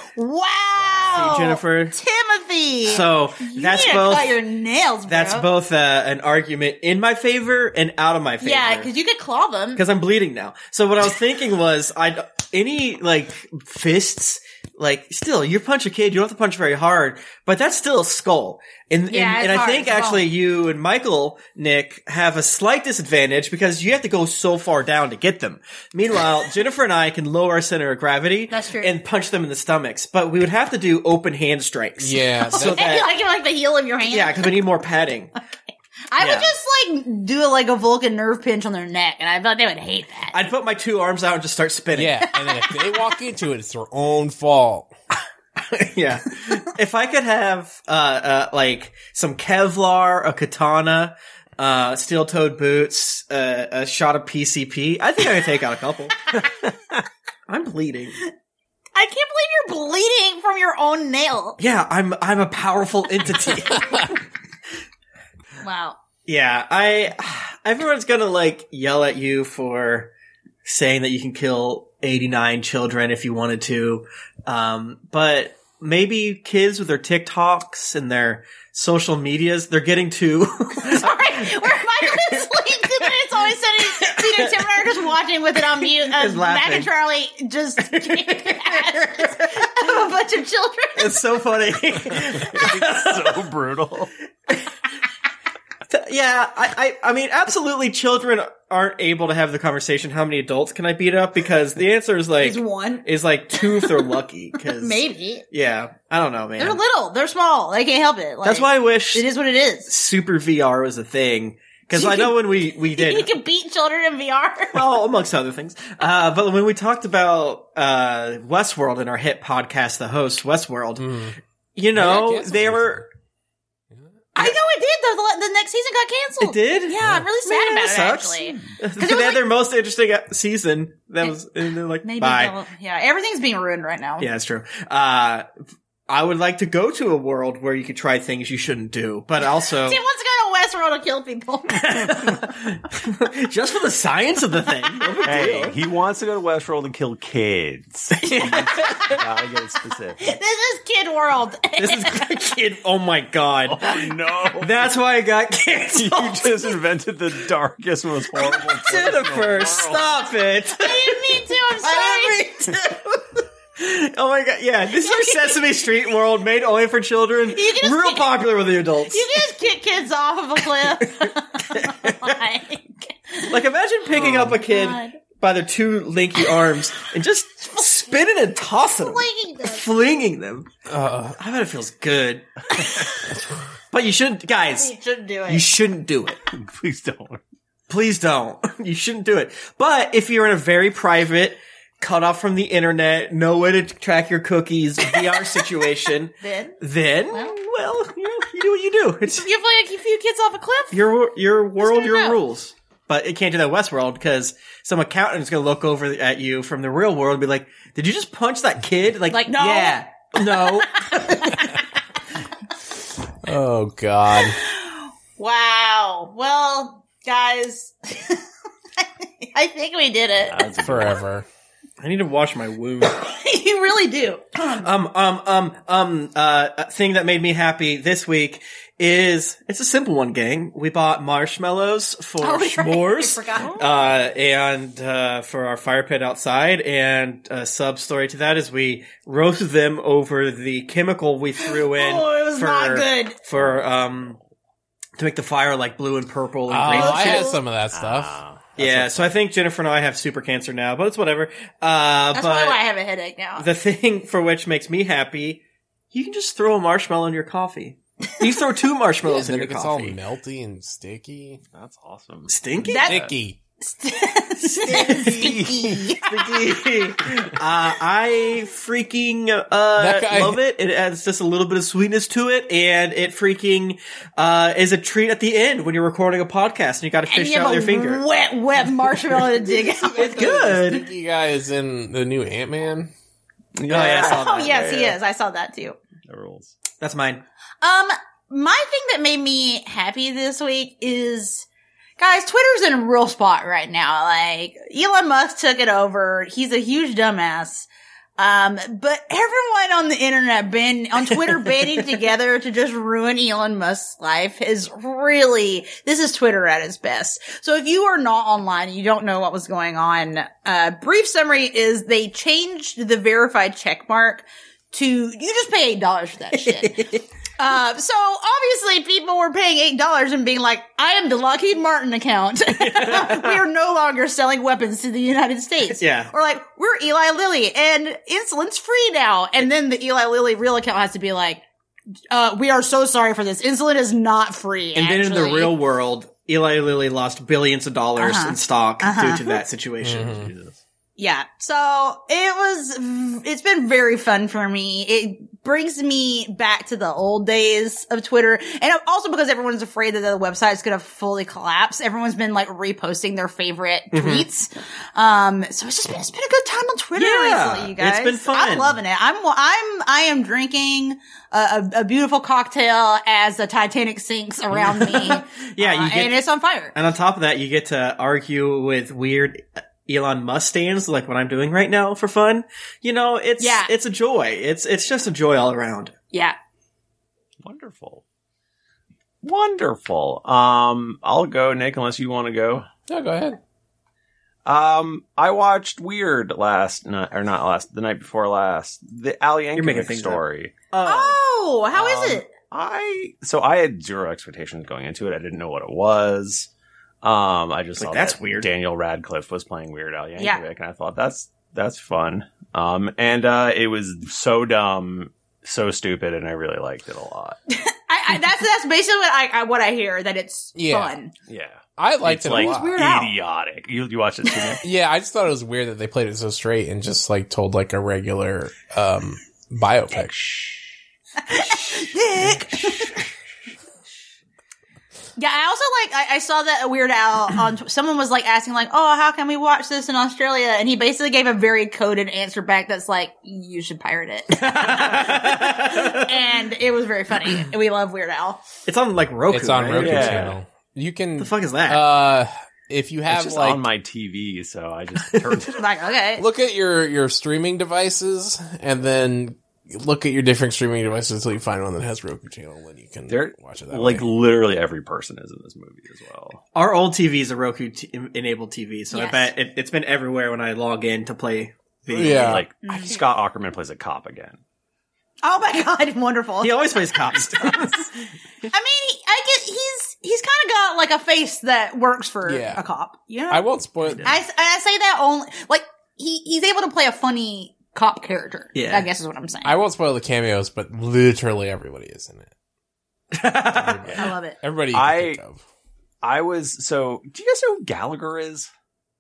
S2: wow
S3: Jennifer.
S2: Timothy
S3: So
S2: you
S3: that's
S2: need to
S3: both.
S2: Oh. cut your nails bro.
S3: That's both uh, an argument in my favor and out of my favor.
S2: yeah because you could claw them
S3: because I'm bleeding now. So what I was thinking was, I any like fists, like still you punch a kid, you don't have to punch very hard, but that's still a skull. And
S2: Yeah,
S3: and,
S2: it's
S3: and I
S2: hard,
S3: think
S2: it's a
S3: actually
S2: bone.
S3: you and Michael Nick have a slight disadvantage because you have to go so far down to get them. Meanwhile, Jennifer and I can lower our center of gravity
S2: That's true.
S3: and punch them in the stomachs, but we would have to do open hand strikes.
S4: Yeah.
S3: So
S4: that-
S2: and you
S3: that-
S2: like, like the heel of your hand
S3: yeah, because we need more padding.
S2: I
S3: yeah.
S2: would just like do like a Vulcan nerve pinch on their neck and I thought they would hate that
S3: I'd put my two arms out and just start spinning.
S4: yeah. And then if they walk into it, it's their own fault.
S3: yeah. If I could have uh, uh like some Kevlar, a katana, uh steel-toed boots, uh, a shot of PCP, I think I could take out a couple. I'm bleeding.
S2: I can't believe you're bleeding from your own nail
S3: Yeah, I'm I'm a powerful entity.
S2: wow
S3: yeah, I everyone's going to like yell at you for saying that you can kill 89 children if you wanted to. Um, but maybe kids with their TikToks and their social medias, they're getting too
S2: Sorry, where Michael is asleep, and it's always sitting, Peter Tim and I are just watching with it on mute. Uh,
S3: Just
S2: Mac
S3: laughing.
S2: and Charlie just kicking ass of a bunch of children.
S3: It's so funny.
S5: It's so brutal.
S3: yeah, I, I, I mean, absolutely, children aren't able to have the conversation. How many adults can I beat up? Because the answer is like
S2: There's one,
S3: is like two if they're lucky. Cause,
S2: maybe.
S3: Yeah, I don't know, man.
S2: They're little. They're small. They can't help it. Like,
S3: That's why I wish
S2: it is what it is.
S3: super VR was a thing. Because
S2: You
S3: I
S2: can-
S3: know when we we
S2: You
S3: did.
S2: can beat children in VR.
S3: Well, amongst other things, uh, but when we talked about uh, Westworld in our hit podcast, the host Westworld, you know,
S4: canceled
S3: they
S4: recently.
S3: were
S2: I know it did. though. The, the next season got
S3: it
S2: canceled.
S3: did.
S2: Oh, Yeah, I'm really sad
S3: Man,
S2: about
S3: that
S2: it.
S3: sucks.
S2: Actually,
S3: they
S2: it was
S3: had
S2: like-
S3: their most interesting uh, season. That was, and they're like,
S2: maybe.
S3: bye.
S2: they'll- Yeah, everything's being ruined right now.
S3: Yeah, that's true. Uh, I would like to go to a world where you could try things you shouldn't do, but also
S2: Tim wants to go to Westworld to kill people.
S3: just for the science of the thing. no big
S5: Hey,
S3: deal.
S5: he wants to go to Westworld and kill kids. Gotta get specific.
S2: this is Kid World.
S3: This is kid. Oh my god,
S2: Oh,
S5: No.
S3: that's why I got
S5: You
S3: canceled.
S5: just invented the darkest, most horrible. place in the
S3: Jennifer,
S5: world.
S3: stop it.
S2: Me too. I'm sorry.
S3: I agree, too. Oh my god, yeah, this is our Sesame Street world made only for children.
S2: You can just
S3: Real
S2: make-
S3: popular with the adults.
S2: You just kick kids off of a cliff. like,
S3: Like imagine picking up a kid
S2: Oh God.
S3: by their two lanky arms and just spinning and tossing them,
S2: flinging them. Uh-uh.
S3: flinging them.
S4: Uh,
S3: I bet it feels good. but you shouldn't, guys.
S2: You shouldn't do
S3: You
S2: it.
S3: shouldn't do it.
S5: Please don't.
S3: Please don't. You shouldn't do it. But if you're in a very private, cut off from the internet, no way to track your cookies, VR situation,
S2: Then
S3: then well,
S2: Well.
S3: you, know, you do what you do. It's
S2: you fling a few kids off a cliff.
S3: your your world,
S2: gonna
S3: your
S2: know.
S3: rules. But it can't do that Westworld because some accountant is going to look over at you from the real world and be like, "Did you just punch that kid?" Like,
S2: Like, no.
S3: yeah, no.
S4: oh God.
S2: Wow. Well, guys, I think we did it.
S4: Forever.
S3: I need to wash my wound.
S2: you really do.
S3: um, um, um, um, uh, a thing that made me happy this week is it's a simple one, gang. We bought marshmallows for
S2: Oh, right.
S3: s'mores,
S2: I forgot.
S3: uh, and uh, for our fire pit outside. And a sub story to that is we roasted them over the chemical we threw in
S2: Oh, it was
S3: for
S2: not good.
S3: for um to make the fire like blue and purple.
S4: Oh,
S3: And green.
S4: I had some of that stuff.
S5: Ah.
S3: yeah, so I think Jennifer and I have super cancer now, but it's whatever. Uh,
S2: That's
S3: but
S2: probably why I have a headache now.
S3: the thing for which makes me happy, you can just throw a marshmallow in your coffee. You throw two
S4: Yeah,
S3: marshmallows
S4: then
S3: in your
S4: it gets all
S3: coffee.
S4: melty and sticky.
S5: That's awesome.
S3: Stinky?
S2: That-
S4: Sticky.
S2: Sticky.
S3: Stinky. uh, I freaking uh,
S4: That guy-
S3: love it. It adds just a little bit of sweetness to it, and it freaking uh, is a treat at the end when you're recording a podcast and you got to
S2: and
S3: fish
S2: you
S3: out
S2: have
S3: your
S2: a
S3: finger. Oh,
S2: wet, wet marshmallow to dig out.
S3: It's good.
S4: Sticky guy is in the new Ant Man.
S3: Oh, yeah, I saw
S2: Oh
S3: that.
S2: yes,
S5: yeah,
S2: he
S5: yeah.
S2: is. I saw that too.
S5: That rules.
S3: That's mine.
S2: Um, my thing that made me happy this week is, guys, Twitter's in a real spot right now. Like Elon Musk took it over. He's a huge dumbass. Um, but everyone on the internet band on Twitter banding together to just ruin Elon Musk's life is really this is Twitter at its best. So if you are not online and you don't know what was going on, uh, brief summary is they changed the verified check mark to you just pay eight dollars for that shit. Uh, so obviously people were paying eight dollars and being like, I am the Lockheed Martin account. we are no longer selling weapons to the United States.
S3: Yeah.
S2: Or like, we're Eli Lilly and insulin's free now. And then the Eli Lilly real account has to be like, uh, we are so sorry for this. Insulin is not free.
S3: And then in the
S2: actually.
S3: real world, Eli Lilly lost billions of dollars
S2: Uh-huh.
S3: in stock
S2: Uh-huh.
S3: due to that situation.
S4: Mm-hmm.
S2: Yeah. So it was, v- it's been very fun for me. It brings me back to the old days of Twitter. And also because everyone's afraid that the website's going to fully collapse. Everyone's been like reposting their favorite
S3: Mm-hmm.
S2: tweets. Um, so it's just been, it's been a good time on Twitter
S3: Yeah,
S2: recently, you guys.
S3: it's been fun.
S2: I'm loving it. I'm, I'm, I am drinking a, a, a beautiful cocktail as the Titanic sinks around me.
S3: Yeah,
S2: Uh,
S3: you get Oh.
S2: and it's on fire.
S3: And on top of that, you get to argue with weird Elon Mustangs, like what I'm doing right now for fun. You know, it's
S2: Yeah.
S3: it's a joy. It's it's just a joy all around.
S2: Yeah.
S5: Wonderful. Wonderful. Um, I'll go, Nick, unless you want to go.
S4: No, go ahead.
S5: Um, I watched Weird last night, or not last, the night before last. The Allie
S3: You're making
S5: Yankovic
S3: things up.
S5: story.
S3: Oh,
S2: Oh, how is
S5: Um,
S2: it?
S5: I so I had zero expectations going into it. I didn't know what it was. Um, I just
S3: Like,
S5: saw
S3: that's
S5: that
S3: weird.
S5: Daniel Radcliffe was playing Weird Al Yankovic,
S2: Yeah.
S5: and I thought that's that's fun. Um, and uh, it was so dumb, so stupid, and I really liked it a lot.
S2: I, I, that's that's basically what I, I what I hear that it's
S4: Yeah.
S2: fun.
S5: Yeah,
S4: I liked
S5: It's
S4: it
S5: like-
S4: a lot.
S2: Weird Al.
S5: idiotic. You you watched it too? Nick?
S4: Yeah, I just thought it was weird that they played it so straight and just like told like a regular um biopic.
S2: Yeah, I also like I, I saw that a Weird Al on tw- someone was like asking like, oh, how can we watch this in Australia? And he basically gave a very coded answer back that's like, you should pirate it. and it was very funny. And we love Weird Al.
S3: it's on like Roku.
S4: it's on
S3: right?
S4: Roku
S5: Yeah.
S4: channel. You can
S3: The fuck is that?
S4: uh if you
S5: It's
S4: have
S5: just
S4: like
S5: on my TV, so I just turned it.
S2: Like, okay,
S4: look at your your streaming devices and then look at your different streaming devices until you find one that has Roku channel and you can
S5: There-
S4: watch it that
S5: Like
S4: way.
S5: literally every person is in this movie as well.
S3: Our old TV is a Roku t- enabled TV, so I
S2: Yes.
S3: bet it, it's been everywhere when I log in to play. The-
S4: Yeah. Mm-hmm.
S5: Like Scott Ackerman plays a cop again.
S2: oh my god, wonderful.
S3: He always plays cops.
S2: I mean, he, I get he's he's kind of got like a face that works for
S4: Yeah.
S2: a cop. You know,
S4: I won't spoil
S2: I, s- I say that only like he he's able to play a funny cop character.
S3: Yeah.
S2: I guess is what I'm saying.
S4: I won't spoil the cameos, but literally everybody is in it.
S2: I love it.
S4: Everybody you can
S5: I-
S4: think of.
S5: I was so. Do you guys know who Gallagher is?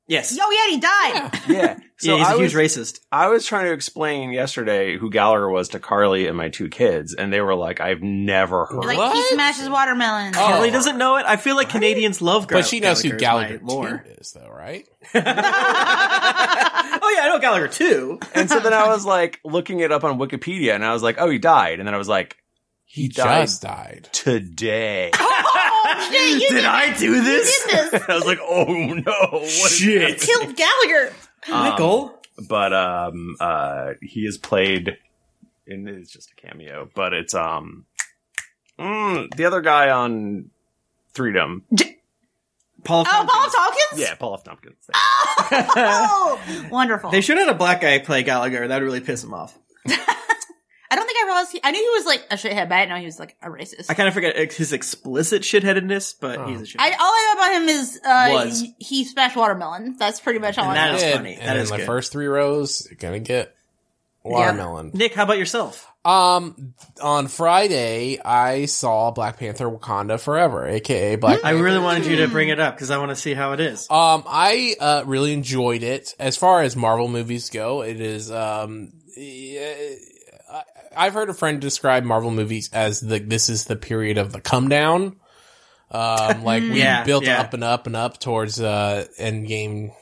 S3: yes.
S2: Yo, yeah, he died.
S5: Yeah. So
S3: yeah, he's a
S5: I
S3: huge
S5: was,
S3: racist.
S5: I was trying to explain yesterday who Gallagher was to Carly and my two kids, and they were like, "I've never heard."
S2: Like
S5: of
S2: he
S4: What?
S2: smashes watermelons.
S4: Oh.
S3: Carly doesn't know it. I feel like Canadians love. Gra-
S4: But she knows who Gallagher
S3: is my lore.
S4: too is though, right?
S3: oh yeah, I know Gallagher too.
S5: and so then I was like looking it up on Wikipedia, and I was like, "Oh, he died." And then I was like,
S4: He,
S5: died.
S4: just died.
S5: "Today."
S2: Oh, shit, you
S3: Did
S2: did,
S3: I do this?
S2: did this.
S5: and I was like, "Oh no!" What is
S3: Shit.
S2: Killed Gallagher.
S5: Um,
S3: Michael.
S5: but um uh he is played and it's just a cameo but it's um mm, the other guy on freedom
S3: Paul.
S2: Oh, Paul Tompkins.
S5: yeah paul f tompkins
S2: Ah. Oh, wonderful.
S3: They should have had a black guy play Gallagher. That would really piss him off.
S2: I don't think I realized. He, I knew he was like a shithead, but I didn't know he was like a racist. I,
S3: I kind of forget ex- his explicit shitheadedness, but he's a shithead.
S2: all I know about him is uh,
S3: Was.
S2: he, he smashed watermelon. That's pretty much all
S3: And
S2: I
S3: that
S2: know.
S3: is
S4: Did,
S3: funny.
S4: And
S3: That
S4: in
S3: is
S4: the
S3: good.
S4: first three rows, you're gonna get watermelon.
S3: Nick, how about yourself?
S4: Um, on Friday, I saw Black Panther: Wakanda Forever, aka Black.
S3: I really wanted
S2: Mm.
S3: you to bring it up because I want to see how it is.
S4: Um, I uh, really enjoyed it. As far as Marvel movies go, it is um, eh, I- I've heard a friend describe Marvel movies as the this is the period of the come down. Um, like we
S3: Yeah,
S4: built
S3: yeah.
S4: up and up and up towards uh, Endgame,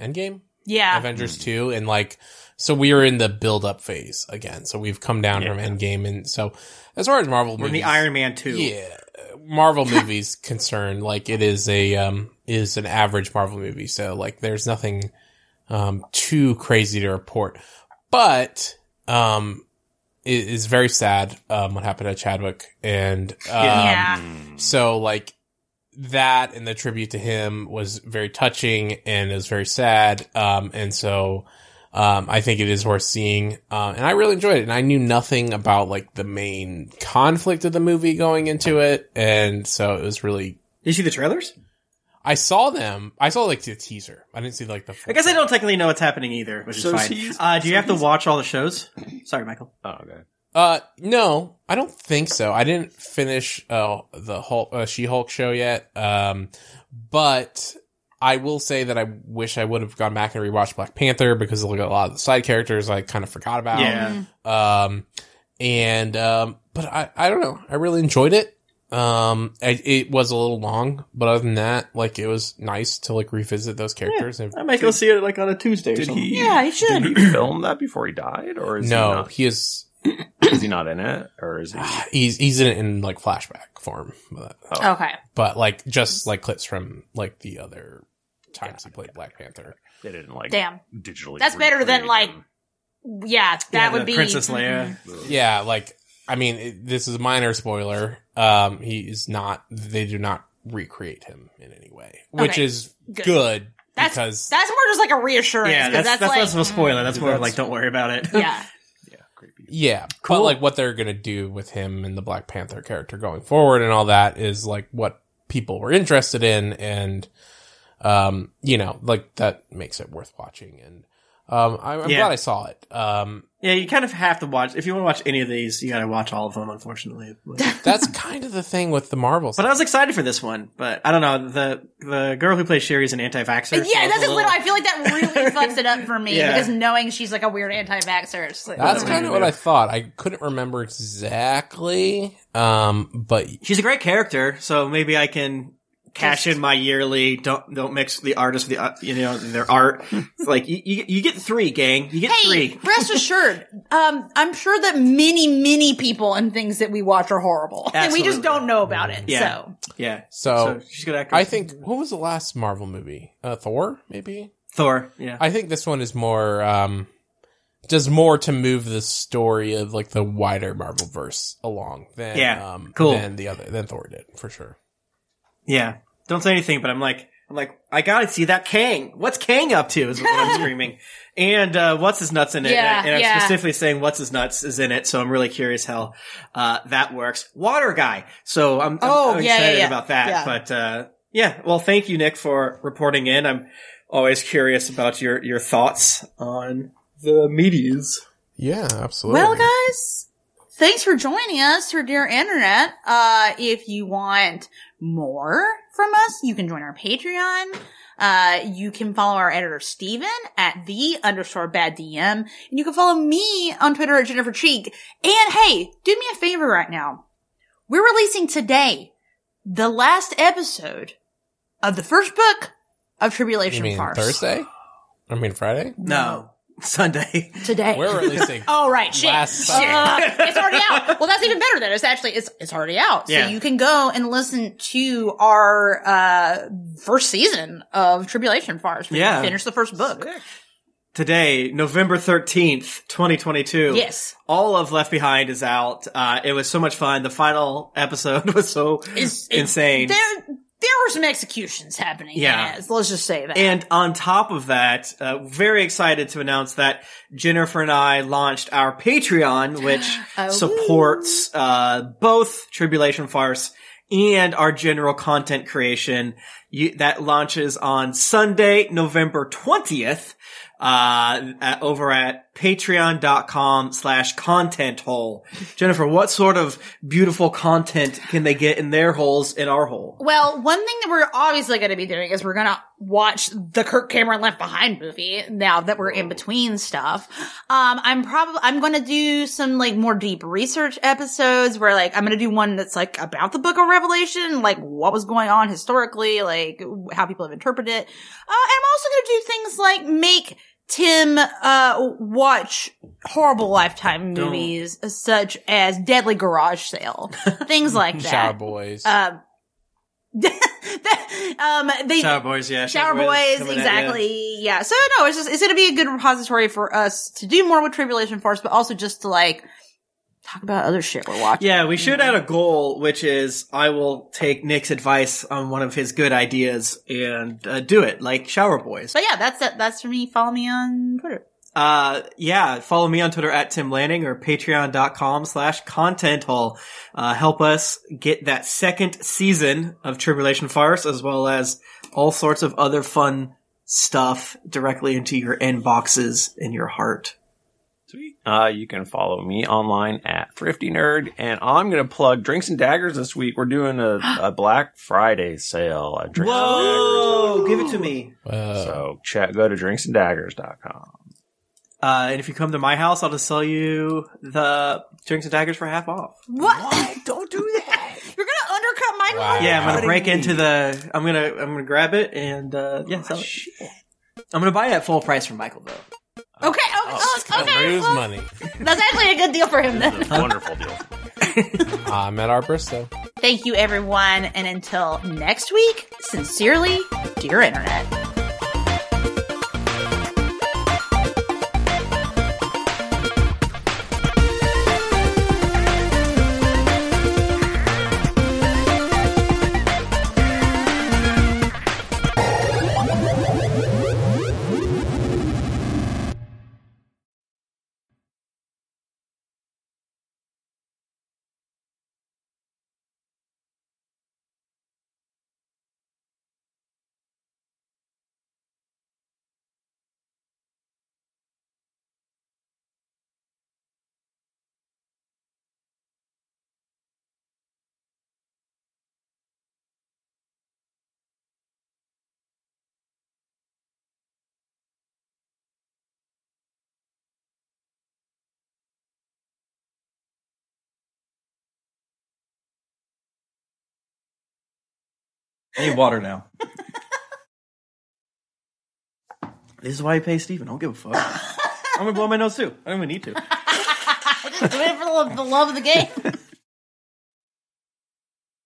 S4: Endgame,
S2: Yeah.
S4: Avengers two, and like So we are in the build up phase again. So we've come down from Endgame, and so as far as Marvel
S1: We're in
S4: movies,
S1: the Iron Man 2.
S4: yeah, Marvel movies concerned, like it is a um is an average Marvel movie. So like there's nothing um too crazy to report, but um it is very sad um what happened to Chadwick and um,
S2: yeah.
S5: Mm.
S4: so like that and the tribute to him was very touching and it was very sad. Um, and so, um, I think it is worth seeing. Um, and I really enjoyed it. And I knew nothing about like the main conflict of the movie going into it. And so it was really,
S3: Did you see the trailers?
S4: I saw them. I saw like the teaser. I didn't see like the. Full
S3: I guess I don't technically know what's happening either, which
S5: So
S3: is fine.
S5: he's-
S3: Uh, do you have to watch all the shows? Sorry, Michael.
S5: Oh, okay.
S4: Uh, no, I don't think so. I didn't finish uh the Hulk, uh, She Hulk show yet. Um, but I will say that I wish I would have gone back and rewatched Black Panther because look at a lot of the side characters I kind of forgot about.
S2: Mm-hmm.
S3: Yeah.
S4: Um, and um, but I I don't know. I really enjoyed it. Um, I, it was a little long, but other than that, like it was nice to like revisit those characters. and
S3: I might go see it like on a Tuesday. or
S5: Did
S3: something.
S5: he?
S2: Yeah, you should.
S5: Did he film that before he died, or is he
S4: no,
S5: not,
S4: he is
S5: is he not in it, or is he?
S4: he's he's in it in like flashback form, but.
S2: Okay.
S4: but like just like clips from like the other times he played Black Panther.
S5: They didn't like
S2: Damn.
S5: digitally.
S2: That's better than,
S5: recreate
S2: like-
S5: him.
S2: Yeah, that
S3: Yeah,
S2: would
S3: the
S2: be
S3: Princess Leia.
S4: Yeah, like I mean, it, this is a minor spoiler. Um, he is not. They do not recreate him in any way, which
S2: Okay.
S4: is
S2: Good.
S4: good,
S2: That's-
S4: because
S2: That's more just like a reassurance.
S3: Yeah,
S2: 'cause
S3: that's, that's,
S2: like,
S3: less of a spoiler. That's more of
S5: That's-
S3: like, don't worry about it.
S2: Yeah.
S5: Yeah, creepy.
S4: yeah, but
S3: Cool.
S4: like what they're gonna do with him and the Black Panther character going forward and all that is like what people were interested in and um you know like that makes it worth watching and um I, i'm
S3: Yeah.
S4: glad i saw it um
S3: yeah, you kind of have to watch. If you want to watch any of these, you got to watch all of them, unfortunately. But,
S4: that's kind of the thing with the marvel
S3: but I was excited for this one. But I don't know. The the girl who plays Sherry is an anti vaxxer.
S2: yeah, that's what I feel like that really fucks it up for me
S3: Yeah.
S2: because knowing she's like a weird anti-vaxxer. it's like-
S4: That's
S3: Whatever
S4: kind of
S3: you
S4: what
S3: do.
S4: I thought. I couldn't remember exactly, um, but
S3: She's a great character, so maybe I can cash in my yearly. Don't don't mix the artist with the uh, you know their art. It's like you, you you get three, gang. You get
S2: Hey,
S3: three.
S2: rest assured, um, I'm sure that many, many people and things that we watch are horrible, and we just
S3: Absolutely.
S2: don't know about it.
S3: Yeah.
S2: So
S3: Yeah.
S4: so,
S3: so she's good actress.
S4: Oh. I think what was the last Marvel movie? Uh, Thor, maybe.
S3: Thor. Yeah.
S4: I think this one is more um, does more to move the story of like the wider Marvel verse along than
S3: Yeah,
S4: um,
S3: cool.
S4: than the other than Thor did for sure.
S3: Yeah. Don't say anything, but I'm like, I'm like, I gotta see that Kang. What's Kang up to? Is what I'm screaming. And uh, what's his nuts in it?
S2: Yeah,
S3: and, I, am
S2: yeah.
S3: specifically saying what's his nuts is in it. So I'm really curious how uh, that works. Water guy. So I'm, I'm,
S2: Oh,
S3: I'm
S2: yeah, yeah,
S3: excited
S2: yeah.
S3: about that.
S2: Yeah.
S3: But uh, yeah, well, thank you, Nick, for reporting in. I'm always curious about your your thoughts on the medias.
S4: Yeah, absolutely.
S2: Well, guys, thanks for joining us for Dear Internet. Uh, if you want more from us, you can join our Patreon. Uh, you can follow our editor Steven at the underscore bad DM, and you can follow me on Twitter at Jennifer Cheek. And hey, do me a favor right now. We're releasing today the last episode of the first book of
S4: you
S2: Tribulation
S4: mean
S2: Farce.
S4: Thursday? I mean Friday.
S3: No, Sunday.
S2: Today.
S4: We're releasing.
S2: Oh right, shit.
S4: Last
S2: Shit.
S4: Sunday.
S2: it's already out. Well, that's even better than it's actually it's it's already out.
S3: Yeah.
S2: So you can go and listen to our uh first season of Tribulation Farce. We
S3: Yeah.
S2: finish the first book.
S3: Today, November 13th, 2022.
S2: Yes,
S3: all of Left Behind is out. Uh, it was so much fun. The final episode was so
S2: It's- it-
S3: insane.
S2: there there were some executions happening.
S3: Yeah.
S2: yes, let's just say that.
S3: and on top of that, uh, very excited to announce that Jennifer and I launched our Patreon, which
S2: Oh.
S3: supports uh, both Tribulation Farce and our general content creation. You, that launches on Sunday, November 20th, uh, at, over at patreon.com slash content hole. Jennifer, what sort of beautiful content can they get in their holes in our hole?
S2: Well, one thing that we're obviously going to be doing is we're going to watch the Kirk Cameron Left Behind movie now that we're in between stuff. Um, I'm probably, I'm going to do some like more deep research episodes where like I'm going to do one that's like about the book of Revelation, like what was going on historically, like how people have interpreted it. Uh, and I'm also going to do things like make Tim uh, watch horrible Lifetime
S3: Don't.
S2: movies such as Deadly Garage Sale, things like
S4: Shower
S2: that.
S4: boys.
S2: Um, that- um, they
S3: Shower boys, yeah.
S2: Shower Boys,
S3: coming at ya.
S2: exactly. yeah. So no, it's just it's gonna be a good repository for us to do more with Tribulation Force, but also just to like talk about other shit we're watching.
S3: Yeah, we should add a goal, which is I will take Nick's advice on one of his good ideas and uh, do it, like Shower Boys.
S2: So yeah, that's that. That's for me. Follow me on Twitter.
S3: Uh, yeah, follow me on Twitter at Tim Lanning or patreon.com slash content hall. Uh, help us get that second season of Tribulation Farce as well as all sorts of other fun stuff directly into your inboxes and your heart.
S5: Uh, you can follow me online at Thrifty Nerd, and I'm going to plug Drinks and Daggers this week. We're doing a, a Black Friday sale at Drinks
S3: Whoa! Give it to me.
S2: Oh.
S5: and Daggers.
S4: Whoa.
S5: So check, go to drinksanddagger's.com.
S3: Uh, and if you come to my house, I'll just sell you the drinks and daggers for half off.
S2: What?
S5: Don't do that.
S2: You're gonna undercut my
S4: Wow.
S2: wow.
S3: Yeah, I'm
S5: What
S3: gonna
S5: do
S3: break
S5: you
S3: into
S5: mean?
S3: the. I'm gonna. I'm gonna grab it and uh, yeah, sell it. I'm gonna buy it at full price from Michael though.
S2: Okay. Okay. Oh,
S4: Don't
S2: okay.
S4: lose
S2: well,
S4: money.
S2: That's actually a good deal for him then.
S5: Wonderful deal.
S4: I'm at our Bristow.
S2: Thank you, everyone, and until next week. Sincerely, dear Internet.
S3: I need water now. this is why you pay Steven. I don't give a fuck. I'm gonna blow my nose too. I don't even need to.
S2: Do it for the love- the love of the game.